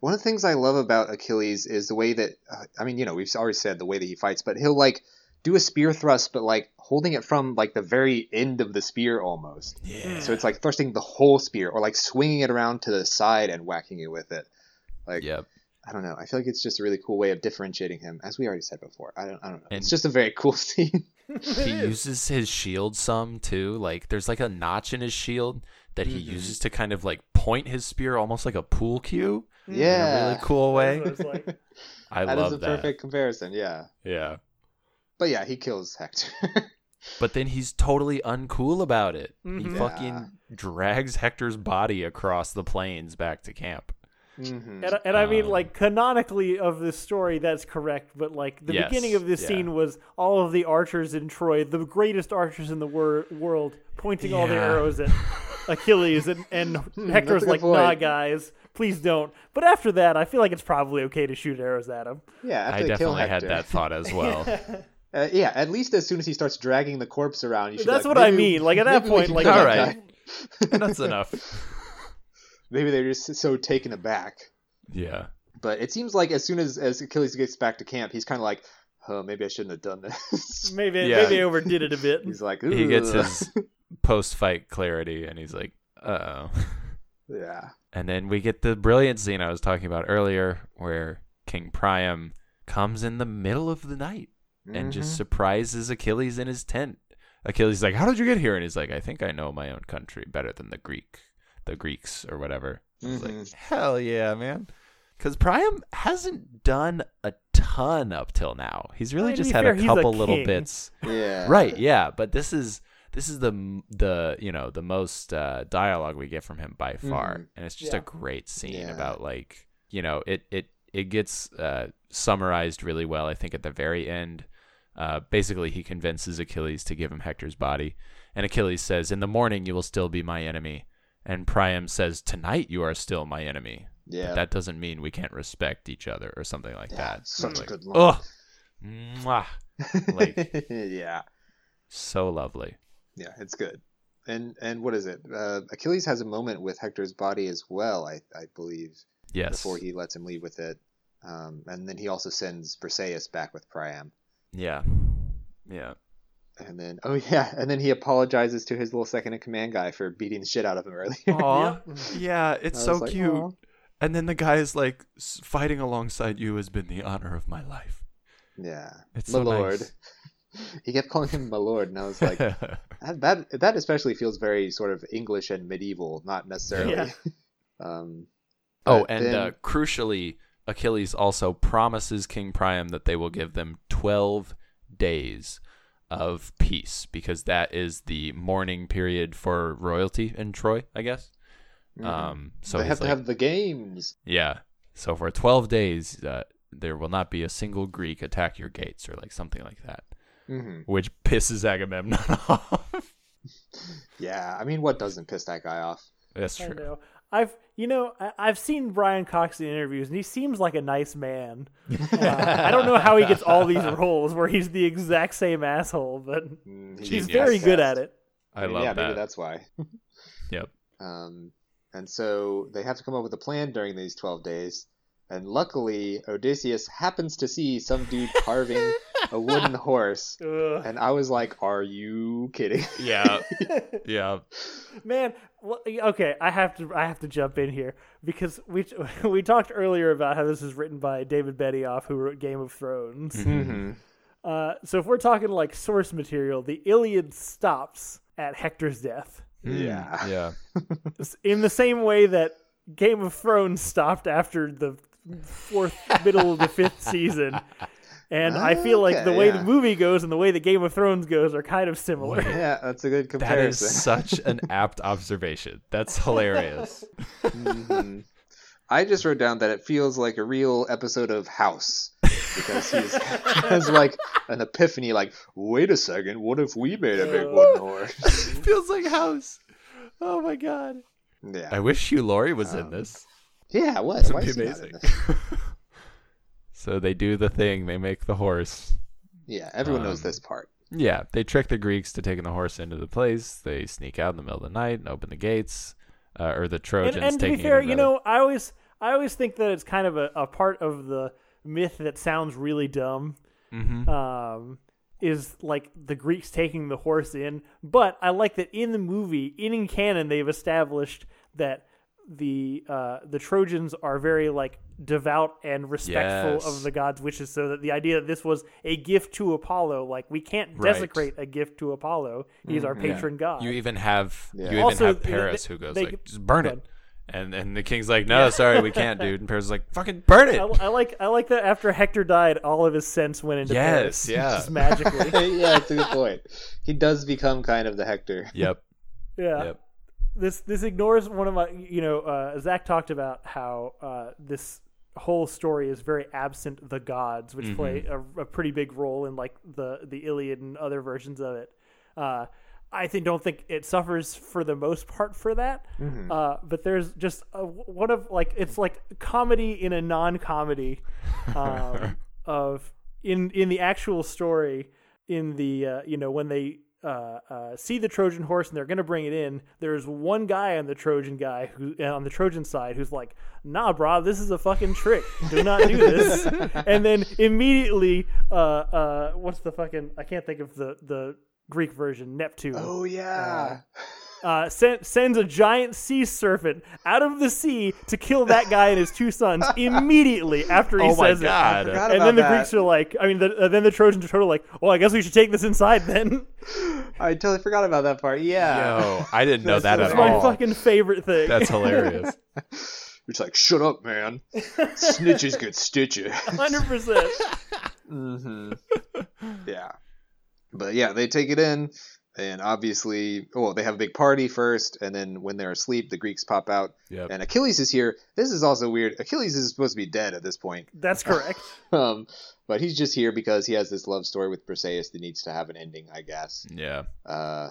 B: One of the things I love about Achilles is the way that uh, I mean, you know, we've already said the way that he fights, but he'll like do a spear thrust, but like holding it from like the very end of the spear almost.
A: Yeah,
B: So it's like thrusting the whole spear, or like swinging it around to the side and whacking you with it. Like
A: yep.
B: I don't know. I feel like it's just a really cool way of differentiating him, as we already said before. I don't. I don't know.
A: And-
B: it's just a very cool scene.
A: He uses his shield some too. Like, there's like a notch in his shield that he
B: Mm-hmm.
A: uses to kind of like point his spear, almost like a pool cue, in a
B: yeah,
A: really cool way.
C: So it's like,
A: I
B: That is
A: love
B: a
A: that.
B: perfect comparison. Yeah,
A: Yeah,
B: but yeah, he kills Hector.
A: but then he's totally uncool about it. He
B: Mm-hmm.
C: Mhm.
A: fucking drags Hector's body across the plains back to camp.
B: hmm
C: And, and I mean,
A: Um,
C: like canonically of this story, that's correct. But like the
A: Yes,
C: beginning of this
A: yeah.
C: scene was all of the archers in Troy, the greatest archers in the wor- world, pointing all their
A: Yeah.
C: arrows at Achilles, and, and
B: that's
C: Hector's
B: a good
C: like, "Nah,
B: point."
C: guys, please don't." But after that, I feel like it's probably okay to shoot arrows at him.
B: Yeah, after
A: I
B: they kill
A: definitely had
B: Hector.
A: that thought as well.
B: Uh, yeah, at least as soon as he starts dragging the corpse around, you should. be
C: That's
B: like,
C: what I
B: maybe-
C: mean. Like at that
B: maybe we
C: point,
B: can
C: like
B: kill
A: All
B: that
A: right.
B: guy.
A: That's enough.
B: Maybe they're just so taken aback.
A: Yeah.
B: But it seems like as soon as as Achilles gets back to camp, he's kind of like, "Oh, maybe I shouldn't have done this."
C: maybe
A: Yeah.
C: maybe I overdid it a bit.
B: he's like,
A: He gets
B: "Ugh."
A: his post fight clarity and he's like, uh oh.
B: yeah,
A: And then we get the brilliant scene I was talking about earlier where King Priam comes in the middle of the night and
B: Mm-hmm.
A: just surprises Achilles in his tent. Achilles is like, How did you get here? And he's like, I think I know my own country better than the Greek, the Greeks or whatever. I was
B: Mhm.
A: like, Hell yeah, man. Because Priam hasn't done a ton up till now. He's
C: Well,
A: really
C: to
A: just
C: be
A: had
C: fair,
A: a
C: he's a
A: couple little
C: king.
A: bits.
B: Mm-hmm. Yeah.
A: Right, yeah, but this is this is the m- the you know the most uh, dialogue we get from him by far,
B: Mhm.
A: and it's just a
C: Yeah.
A: great scene
B: Yeah.
A: about like you know it it it gets uh, summarized really well. I think at the very end, uh, basically he convinces Achilles to give him Hector's body, and Achilles says, "In the morning you will still be my enemy," and Priam says, "Tonight you are still my enemy." But
B: Yeah.
A: that doesn't mean we can't respect each other or something like
B: Yeah,
A: that.
B: Such
A: Like,
B: a good line.
A: Oh, mwah, like-
B: yeah.
A: so lovely.
B: Yeah, it's good. And and what is it? Uh, Achilles has a moment with Hector's body as well, I I believe,
A: Yes.
B: before he lets him leave with it. Um, and then he also sends Briseis back with Priam.
A: Yeah. Yeah.
B: And then oh yeah, and then he apologizes to his little second in command guy for beating the shit out of him earlier.
A: Aw.
C: Yep.
A: Yeah,
B: I
A: it's
B: was
A: so
B: like,
A: cute.
B: "Aw."
A: And then the guy is like, "S- fighting alongside you has been the honor of my life.
B: Yeah,
A: It's
B: my
A: so
B: lord.
A: nice.
B: he kept calling him my lord, and I was like, that that- that especially feels very sort of English and medieval, not necessarily.
C: Yeah.
B: um,
A: oh,
B: but
A: and
B: then-
A: uh, crucially, Achilles also promises King Priam that they will give them 12 days of peace because that is the mourning period for royalty in Troy, I guess.
B: mhm.
A: Um, so
B: they
A: he's
B: have to
A: like,
B: have the games.
A: Yeah. So for 12 days, uh, there will not be a single Greek attack your gates or like something like that,
B: hmm
A: which pisses Agamemnon off.
B: Yeah, I mean, what doesn't piss that guy off?
A: That's
C: I
A: true.
C: know. I've you know I, I've seen Brian Cox in interviews, and he seems like a nice man. Uh, I don't know how he gets all these roles where he's the exact same asshole, but
B: Mm,
A: Genius.
C: he's very good at it.
A: I
B: mean,
A: love
B: yeah,
A: that.
B: maybe that's why.
A: Yep.
B: Um, and so they have to come up with a plan during these 12 days. And luckily, Odysseus happens to see some dude carving a wooden horse.
C: Ugh.
B: And I was like, are you kidding?
A: Yeah. yeah.
C: Man, well, okay, I have to I have to jump in here because we we talked earlier about how this is written by David Benioff, who wrote Game of Thrones.
B: Mm-hmm.
C: Uh, so if we're talking like source material, the Iliad stops at Hector's death
B: Yeah.
A: Hmm. Yeah.
C: in the same way that Game of Thrones stopped after the fourth, middle of the fifth season. And I feel like the
B: Ah, Okay,
C: way
B: yeah.
C: the movie goes and the way the Game of Thrones goes are kind of similar.
B: Yeah, that's a good
A: That is
B: comparison.
A: such an apt observation. That's hilarious.
B: Mhm. I just wrote down that it feels like a real episode of House because he's has like an epiphany, like, wait a second, what if we made a big
C: Uh.
B: wooden horse?
A: Feels like house. Oh my god. I
B: Yeah,
A: wish Hugh Laurie was in
B: Um,
A: this.
B: yeah, what?
A: This
B: Why
A: would be
B: is he not in
A: amazing.
B: this?
A: so they do the thing, they make the horse.
B: Yeah, everyone knows
A: Um,
B: this part.
A: Yeah, they trick the Greeks to taking the horse into the place. They sneak out in the middle of the night and open the gates, uh, or the Trojans
C: and, and to
A: taking
C: be
A: it
C: fair,
A: in,
C: you
A: rather.
C: know, I always I always think that it's kind of a, a part of the myth that sounds really dumb.
A: Mhm.
C: Um is like the Greeks taking the horse in, but I like that in the movie, in, in canon, they've established that the uh, the Trojans are very like devout and respectful
A: Yes.
C: of the gods' wishes. So that the idea that this was a gift to Apollo, like we can't
A: Right. Mm-hmm.
C: desecrate a gift to Apollo. He's our
A: Yeah.
C: patron god.
A: You even have
B: Yeah.
A: you even
C: Also,
A: have
C: they-
A: Paris
C: they-
A: who goes
C: they-
A: like, just burn
C: Go
A: it, and and the king's like, no, sorry, we can't, dude. And Paris is like, fucking burn it.
C: I, I like I like that after Hector died, all of his sense went into
A: Yes,
C: Paris,
A: yeah.
C: just magically.
B: yeah, it's a good point. He does become kind of the Hector.
A: yep,
C: Yeah.
A: yep.
C: This this ignores one of my you know uh, Zach talked about how uh, this whole story is very absent the gods,
A: Mm-hmm.
C: which play a, a pretty big role in like the the Iliad and other versions of it. Uh, I think don't think it suffers for the most part for that,
A: Mm-hmm.
C: uh, but there's just a, one of like it's like comedy in a non-comedy um, of in in the actual story in the uh, you know when they uh, uh, see the Trojan horse and they're gonna bring it in. There's one guy on the Trojan guy who uh, on the Trojan side who's like, "Nah, brah, this is a fucking trick. Do not do this." and then immediately, uh, uh, what's the fucking? I can't think of the the Greek version. Neptune
B: Oh yeah.
C: uh, sen- sends a giant sea serpent out of the sea to kill that guy and his two sons immediately after he
A: Oh my
C: says
B: Uh,
A: God. I
C: it.
A: forgot
C: And then
B: about
C: the
B: that.
C: Greeks are like, I mean, the, uh, then the Trojans are totally like, well, I guess we should take this inside then.
B: I totally forgot about that part. Yeah.
A: Yo, I didn't know that
B: That's so
A: at
C: It's my
B: funny.
A: all.
C: fucking favorite thing.
A: That's hilarious.
B: It's like, shut up, man. Snitches get stitches.
C: Hundred percent.
B: hmm yeah. But yeah, they take it in, and obviously, well, they have a big party first, and then when they're asleep, the Greeks pop out,
A: Yep.
B: and Achilles is here. This is also weird. Achilles is supposed to be dead at this point,
C: That's correct.
B: um, but he's just here because he has this love story with Perseus that needs to have an ending, I guess.
A: Yeah.
B: Uh,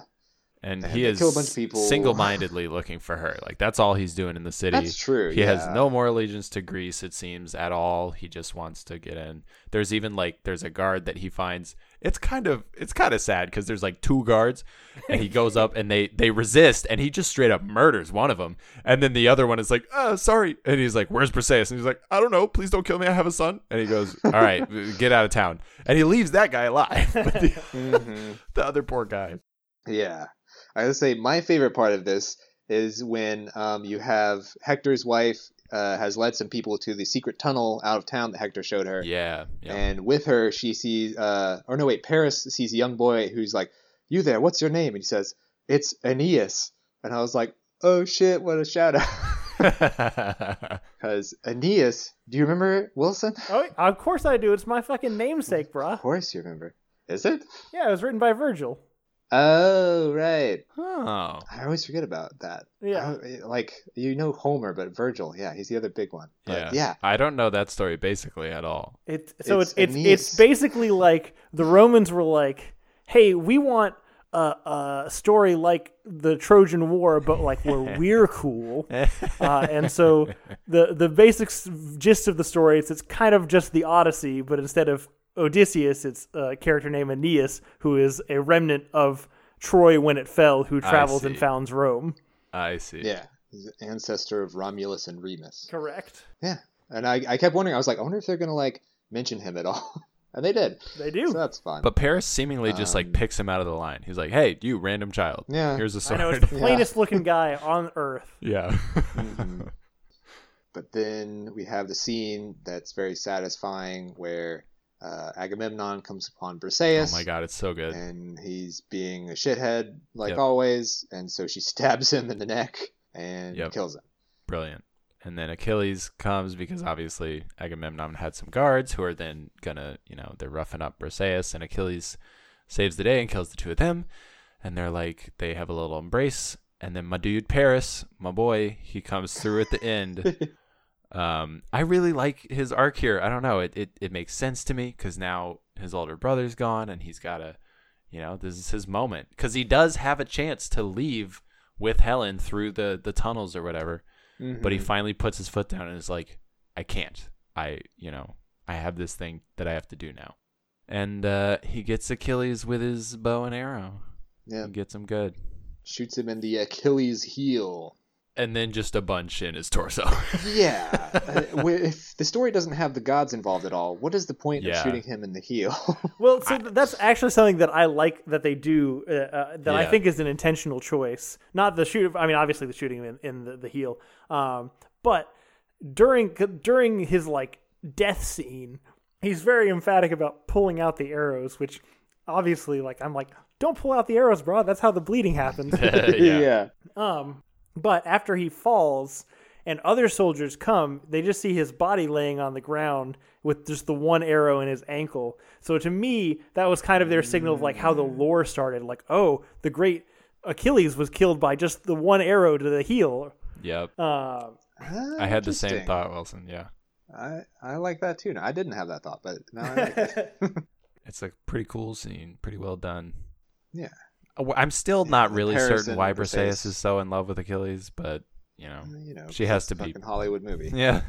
A: And
B: And
A: he
B: they
A: is
B: kill a bunch of people.
A: single-mindedity looking for her. Like that's all he's doing in the city.
B: that's true.
A: He has
B: yeah.
A: no more allegiance to Greece, it seems, at all. He just wants to get in. There's even like there's a guard that he finds. It's kind of it's kind of sad because there's like two guards, and he goes up and they they resist, and he just straight up murders one of them, and then the other one is like, "Oh, sorry," and he's like, "Where's Perseus?" And he's like, "I don't know. Please don't kill me. I have a son." And he goes, "All right, get out of town," and he leaves that guy alive, but the,
B: Mhm.
A: the other poor guy.
B: Yeah. I would say my favorite part of this is when um, you have Hector's wife uh, has led some people to the secret tunnel out of town that Hector showed her.
A: Yeah, yeah.
B: And with her, she sees, uh, or no, wait, Paris sees a young boy who's like, You there, what's your name? And he says, It's Aeneas. And I was like, Oh shit, what a shout out. Because Aeneas, do you remember Wilson?
C: Oh, of course I do. It's my fucking namesake,
B: Of
C: brah.
B: course you remember. Is it?
C: Yeah, it was written by Virgil.
B: Oh, right.
A: oh,
B: I always forget about that.
C: Yeah.
B: I don't- eh, like you know Homer, but Virgil, yeah, he's the other big one.
A: yeah.
B: But yeah,
A: I don't know that story basically at all.
C: It so
B: It's
C: it's it's
B: Aeneas.
C: it's basically like the Romans were like, "Hey, we want a, a story like the Trojan War, but like where we're cool." Uh, and so the the basic s- gist of the story is it's kind of just the Odyssey, but instead of Odysseus, it's a character named Aeneas who is a remnant of Troy when it fell, who travels and
A: see.
C: founds Rome.
A: I see.
B: yeah, he's an ancestor of Romulus and Remus.
C: Correct.
B: Yeah, and I, I kept wondering, I was like, I wonder if they're gonna like mention him at all, and they did.
C: They do.
B: So that's fun.
A: But Paris seemingly just like
B: Um,
A: picks him out of the line. He's like, "Hey, you random child.
B: Yeah.
A: Here's a
C: I
A: sword."
C: know it's the
B: Yeah.
C: plainest looking guy on earth.
A: yeah. Oh
B: Mhm. But then we have the scene that's very satisfying where uh, Agamemnon comes upon
A: oh
B: Briseis.
A: my god, it's so good.
B: and he's being a shithead like
A: Yep.
B: always, and so she stabs him in the neck and
A: Yep.
B: kills him.
A: Brilliant. And then Achilles comes because obviously Agamemnon had some guards who are then gonna, you know, they're roughing up Briseis, and Achilles saves the day and kills the two of them. And they're like, they have a little embrace. And then my dude Paris, my boy, he comes through at the end. Um, I really like his arc here. I don't know. It it, it makes sense to me because now his older brother's gone and he's got to, you know, this is his moment because he does have a chance to leave with Helen through the the tunnels or whatever. But he
B: Mm-hmm.
A: finally puts his foot down and is like, I can't. I you know I have this thing that I have to do now. And uh, he gets Achilles with his bow and arrow.
B: Mm-hmm. yeah,
A: He gets him good.
B: shoots him in the Achilles heel.
A: And then just a bunch in his torso.
B: Yeah, Uh, w- if the story doesn't have the gods involved at all, what is the point
A: Yeah.
B: of shooting him in the heel?
C: Well, so th- that's actually something that I like that they do uh, uh, that I
A: Yeah.
C: think is an intentional choice. Not the shoot. I mean, obviously the shooting in, in the, the heel, um, but during during his like death scene, he's very emphatic about pulling out the arrows, which obviously, like, I'm like, don't pull out the arrows, bro. That's how the bleeding happens. Um, but after he falls and other soldiers come, they just see his body laying on the ground with just the one arrow in his ankle. So to me, that was kind of their signal of like how the lore started. Like, oh, the great Achilles was killed by just the one arrow to the heel.
A: yep.
C: Um,
B: Ah,
A: I had the same
B: interesting.
A: thought, Wilson. Yeah.
B: I, I like that too. Now, I didn't have that thought, but now I like it.
A: it's a pretty cool scene, pretty well done.
B: Yeah.
A: Uh, wh- I'm still not
B: the
A: really
B: Paris
A: certain
B: and
A: why
B: Briseis.
A: Briseis is so in love with Achilles, but you know,
B: you know,
A: She has
B: it's a
A: to be-
B: fucking Hollywood movie.
A: yeah,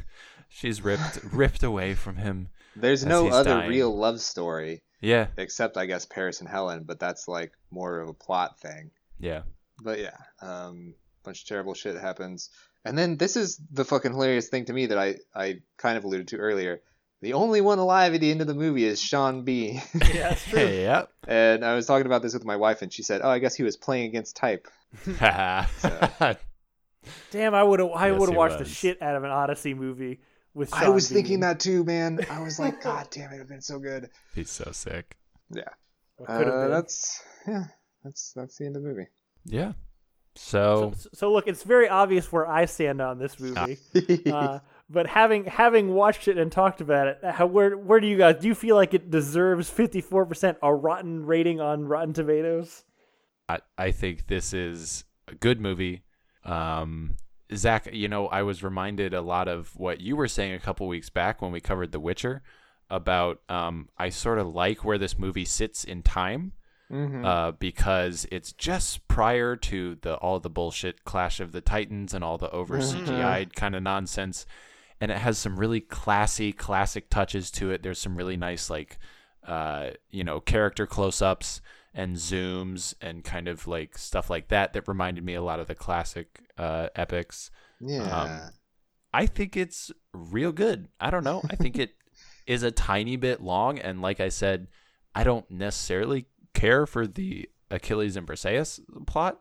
A: she's ripped ripped away from him.
B: There's
A: As
B: no
A: he's
B: other
A: dying.
B: real love story
A: Yeah,
B: except I guess Paris and Helen, but that's like more of a plot thing.
A: yeah,
B: But yeah, um, bunch of terrible shit happens. And then this is the fucking hilarious thing to me that I, I kind of alluded to earlier. The only one alive at the end of the movie is Sean B.
C: yeah, it's true.
A: yep.
B: and I was talking about this with my wife, and she said, "Oh, I guess he was playing against type."
C: Damn, I would have. I
A: Yes,
C: would
A: he
C: have watched the
A: was.
C: shit out of an Odyssey movie with. Sean
B: I was
C: Bean.
B: thinking that too, man. I was like, "God damn, it would have been so good."
A: He's so sick.
B: Yeah,
C: Or could've
B: uh,
C: been.
B: that's yeah, that's that's the end of the movie.
A: Yeah, So,
C: So, so look, it's very obvious where I stand on this movie. uh, but having having watched it and talked about it, how, where where do you guys do you feel like it deserves fifty four percent a rotten rating on Rotten Tomatoes?
A: I, I think this is a good movie. Um, Zach, you know, I was reminded a lot of what you were saying a couple weeks back when we covered The Witcher about um, I sort of like where this movie sits in time
B: Mm-hmm.
A: uh, because it's just prior to the all the bullshit Clash of the Titans and all the over CGI kind of nonsense, and it has some really classy, classic touches to it. There's some really nice like, uh, you know, character close-ups and zooms and kind of like stuff like that that reminded me a lot of the classic uh, epics.
B: yeah.
C: Um,
A: I think it's real good. I don't know. I think it is a tiny bit long, and like I said, I don't necessarily care for the Achilles and Briseis plot.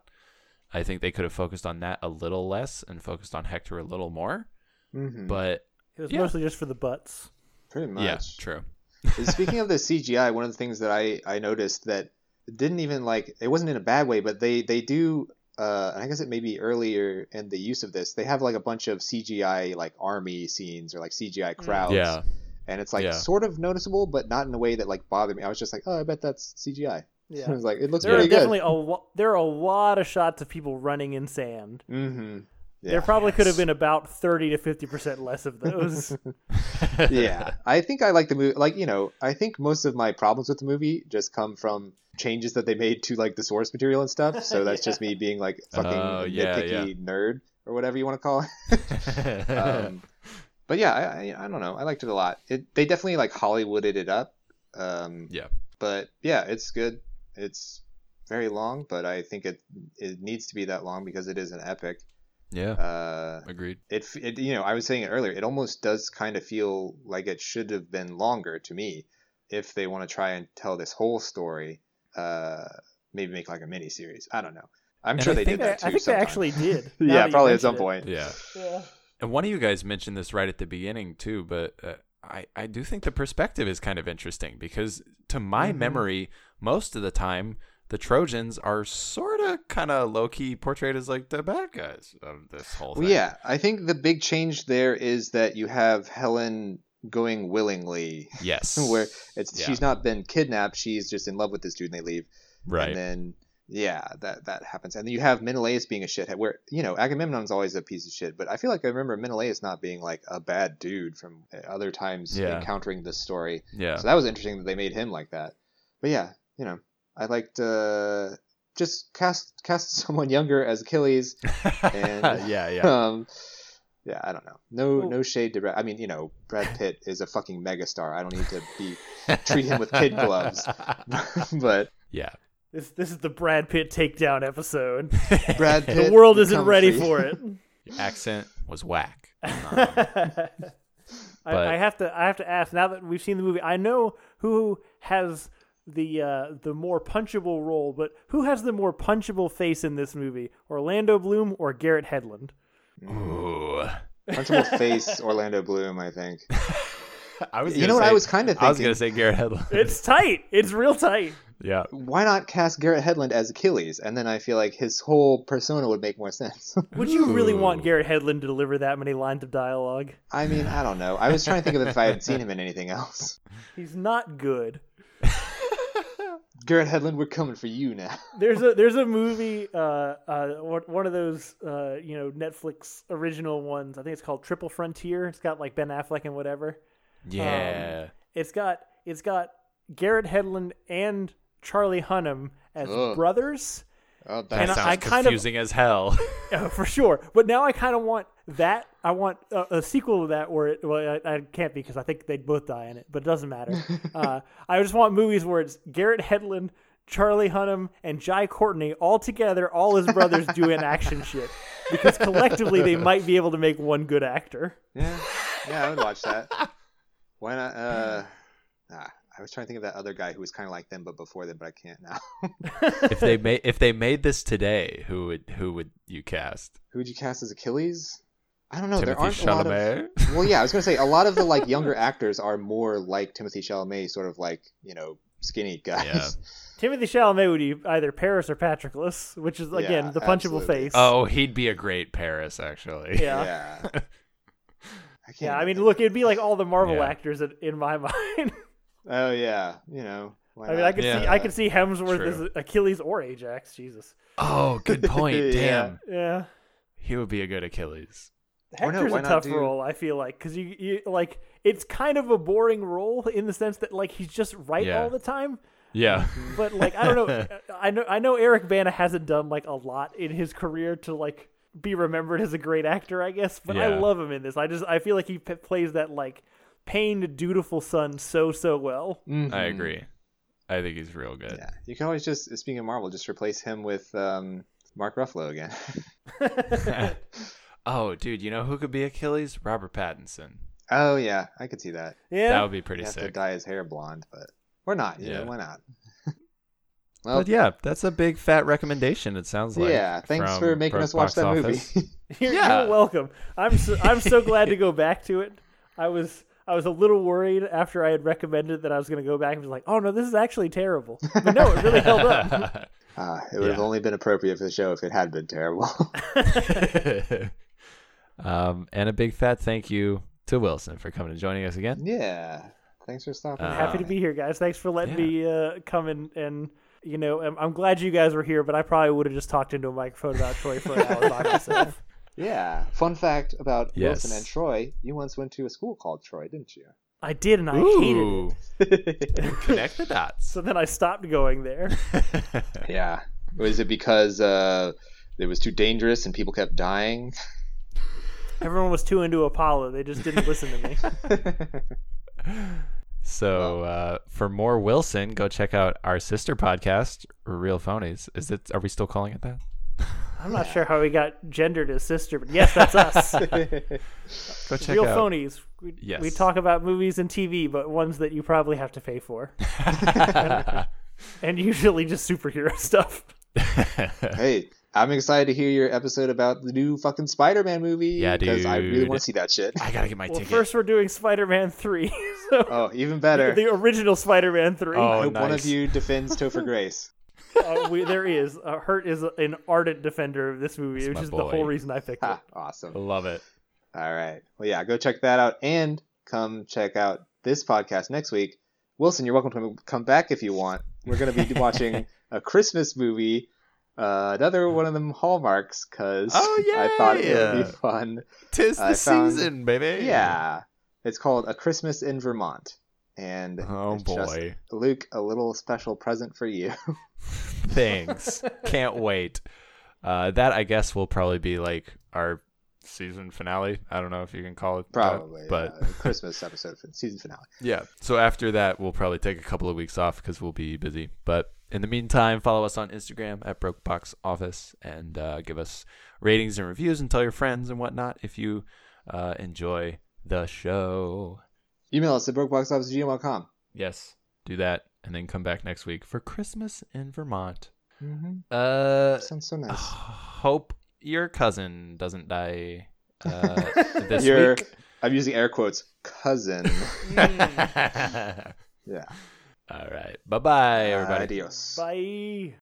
A: I think they could have focused on that a little less and focused on Hector a little more.
B: Mhm.
A: But
C: It was
A: Yeah.
C: mostly just for the butts.
B: Pretty much.
A: yeah, true.
B: And Speaking of the CGI, one of the things that I, I noticed that didn't even like it wasn't in a bad way, but they they do uh, and I guess it may be earlier in the use of this. They have like a bunch of CGI like army scenes or like CGI crowds,
A: Yeah,
B: and it's like
A: Yeah.
B: sort of noticeable, but not in a way that like bothered me. I was just like, oh, I bet that's CGI.
C: Yeah.
B: I was like, it looks
C: There are
B: pretty
C: definitely
B: Hmm. good.
C: a lo- there are a lot of shots of people running in sand.
B: Mm-hmm. Yeah.
C: There probably could have been about thirty to fifty percent less of those.
B: yeah, I think I like the movie. Like you know, I think most of my problems with the movie just come from changes that they made to like the source material and stuff. So that's just me being like fucking
A: Oh, yeah,
B: nitpicky
A: yeah.
B: nerd or whatever you want to call it. Um, but yeah, I, I I don't know. I liked it a lot. It they definitely like Hollywooded it up. Um,
A: Yeah.
B: But yeah, it's good. It's very long, but I think it it needs to be that long because it is an epic.
A: yeah,
B: Uh,
A: agreed.
B: it, f- it you know i was saying it earlier it almost does kind of feel like it should have been longer to me if they want to try and tell this whole story uh maybe make like a mini series i don't know i'm
A: And
B: sure
A: I
B: they
A: think
B: did
C: I, I
B: that too
C: think they
B: sometime.
C: actually did. now that
B: yeah
C: you
B: probably at
C: mention
B: some
C: it.
B: point
A: Yeah.
C: Yeah.
A: And one of you guys mentioned this right at the beginning too, but uh, I I do think the perspective is kind of interesting because to my
B: Mm-hmm.
A: memory, most of the time the Trojans are sort of kind of low key portrayed as like the bad guys of this whole thing.
B: well, yeah i think the big change there is that you have helen going willingly
A: Yes.
B: where it's
A: Yeah.
B: she's not been kidnapped she's just in love with this dude and they leave
A: right.
B: And then yeah, that that happens. And then you have Menelaus being a shithead. Where you know Agamemnon's always a piece of shit, but I feel like I remember Menelaus not being like a bad dude from uh, other times
A: Yeah.
B: encountering this story.
A: yeah.
B: So that was interesting that they made him like that. But yeah, you know, I liked uh, just cast cast someone younger as Achilles. and-
A: yeah. Yeah.
B: Um, yeah, I don't know. No,
C: Well-
B: no shade to Brad. I mean, you know, Brad Pitt is a fucking megastar. I don't need to be treat him with kid gloves. but
A: yeah.
C: This this is the Brad Pitt takedown episode.
B: Brad Pitt,
C: The world
B: we
C: isn't
B: come
C: ready
B: for you.
C: for it.
A: Accent was whack.
C: I,
A: But-
C: I have to I have to ask now that we've seen the movie. I know who has the uh, the more punchable role, but who has the more punchable face in this movie? Orlando Bloom or Garrett Hedlund?
A: Ooh.
B: Punchable face Orlando Bloom, I think.
A: I was
B: You
A: gonna
B: know what
A: say-
B: I was kinda
A: I was
B: thinking?
A: gonna say Garrett Hedlund.
C: It's tight. It's real tight.
A: yeah.
B: Why not cast Garrett Hedlund as Achilles? And then I feel like his whole persona would make more sense.
C: Would you really want
A: Ooh.
C: Garrett Hedlund to deliver that many lines of dialogue?
B: I mean, I don't know. I was trying to think of if I had seen him in anything else.
C: He's not good.
B: Garrett Hedlund, we're coming for you now.
C: There's a there's a movie, uh, uh, one one of those uh, you know Netflix original ones. I think it's called Triple Frontier. It's got like Ben Affleck and whatever.
A: Yeah.
C: It's got it's got Garrett Hedlund and Charlie Hunnam as
B: Ugh.
C: brothers
B: Oh,
A: that
B: that's
C: and
A: sounds
C: I kind of-
A: confusing as hell.
C: uh, for sure. But now I kind of want that. I want a, a sequel to that where it well I, I can't be because I think they'd both die in it, but it doesn't matter. uh, I just want movies where it's Garrett Hedlund. Charlie Hunnam and Jai Courtney all together, all his brothers doing action shit because collectively they might be able to make one good actor.
B: yeah, yeah, I would watch that. Why not? Uh, ah, I was trying to think of that other guy who was kind of like them, but before them, but I can't now.
A: if they made if they made this today, who would who would you cast?
B: who would you cast as Achilles? I don't know. there aren't
A: Timothy
B: a lot of.
A: Chalamet.
B: well, yeah, I was gonna say a lot of the like younger actors are more like Timothy Chalamet, sort of like you know skinny guys.
A: Yeah.
C: Timothy Chalamet would be either Paris or Patroclus, which is again
B: Yeah,
C: the punchable
B: absolutely.
C: face.
A: Oh, he'd be a great Paris, actually.
C: yeah. yeah.
B: Yeah. I can't
C: I
B: even
C: mean,
B: think-
C: look, it'd be like all the Marvel
A: Yeah.
C: actors in, in my mind.
B: Oh yeah, you know. why
C: I mean,
B: not?
C: I could see,
A: Yeah.
C: I could see Hemsworth
A: True.
C: as Achilles or Ajax. Jesus.
A: Oh, good point.
B: Yeah.
A: Damn,
C: Yeah.
A: he would be a good Achilles.
B: Or no,
C: Hector's
B: why
C: a
B: not
C: tough
B: do-
C: role, I feel like, because you, you like it's kind of a boring role in the sense that like he's just right
A: Yeah.
C: all the time.
A: Yeah.
C: But like I don't know, I know I know Eric Bana hasn't done like a lot in his career to like be remembered as a great actor, I guess. But I
A: Yeah.
C: love him in this. I just I feel like he p- plays that like pained dutiful son so so well.
A: I agree. I think he's real good.
B: Yeah, you can always just speaking of Marvel, just replace him with um, Mark Ruffalo again.
A: oh, dude, you know who could be Achilles? Robert Pattinson.
B: oh yeah, I could see that.
A: That
C: Yeah.
A: would be pretty
B: You have to
A: sick.
B: dye his hair blonde, but we're not. You know,
A: Yeah.
B: why not? well,
A: But yeah, that's a big fat recommendation. It sounds like.
B: yeah. Thanks
A: from
B: for making
A: Bo-
B: us
A: Box
B: watch that
A: Office.
B: movie.
C: You're,
A: Yeah.
C: you're welcome. I'm so, I'm so glad to go back to it. I was I was a little worried after I had recommended that I was going to go back and was like, oh no, this is actually terrible. But no, it really held up.
B: uh, it would have
A: Yeah.
B: only been appropriate for the show if it had been terrible.
A: um, and a big fat thank you to Wilson for coming and joining us again.
B: yeah. Thanks for stopping.
A: Uh,
C: Happy to
B: by.
C: be here, guys. Thanks for letting
A: Yeah.
C: me uh, come in and you know I'm, I'm glad you guys were here, but I probably would have just talked into a microphone about Troy for an hour by myself.
B: Yeah. Fun fact about Wilson
A: Yes.
B: and Troy: you once went to a school called Troy, didn't you?
C: I did, and I hated it.
A: Ooh, connect the dots.
C: So then I stopped going there.
B: yeah. Was it because uh, it was too dangerous and people kept dying?
C: Everyone was too into Apollo; they just didn't listen to me.
A: So uh, for more Wilson, go check out our sister podcast, Real Phonies. Is it? Are we still calling it that?
C: I'm not sure how we got gendered as sister, but yes, that's us.
A: Go check
C: Real
A: out.
C: phonies. We,
A: Yes.
C: we talk about movies and TV, but ones that you probably have to pay for, and usually just superhero stuff.
B: hey, I'm excited to hear your episode about the new fucking Spider-Man movie.
A: Yeah,
B: Because I really
A: dude.
B: want to see that shit.
A: I gotta get my
C: Well,
A: ticket.
C: first we're doing Spider-Man three, so
B: Oh, even better.
C: the original Spider-Man three.
A: Oh,
B: I hope one of
A: nice.
B: you defends Topher Grace.
C: uh, we, there he is. Uh, Hurt is an ardent defender of this movie,
A: my
C: which is the whole
A: boy.
C: reason I picked it.
B: Ha, awesome.
A: Love it.
B: All right. Well, yeah, go check that out and come check out this podcast next week. Wilson, you're welcome to come back if you want. We're going to be watching a Christmas movie, uh, another one of them hallmarks, because
A: Oh,
B: I thought it would
A: yeah.
B: be fun.
A: Tis
B: I found-
A: baby.
B: Yeah. It's called A Christmas in Vermont. And
A: Oh
B: it's just,
A: boy.
B: Luke, a little special present for you.
A: Thanks. Can't wait. Uh, that I guess will probably be like our season finale. I don't know if you can call it that,
B: Probably.
A: but
B: uh, Christmas episode for the season finale.
A: Yeah. So after that, we'll probably take a couple of weeks off because we'll be busy. But in the meantime, follow us on Instagram at Brokebox Office and uh, give us ratings and reviews and tell your friends and whatnot if you uh, enjoy the show.
B: Email us at brokeboxofficegmail.com.
A: Yes, do that and then come back next week for Christmas in Vermont.
B: Mm-hmm.
A: Uh,
B: Sounds so nice.
A: hope your cousin doesn't die uh, this
B: Your,
A: week.
B: I'm using air quotes, cousin.
A: All
B: yeah.
A: right. Bye bye, everybody.
B: Adios.
C: Bye.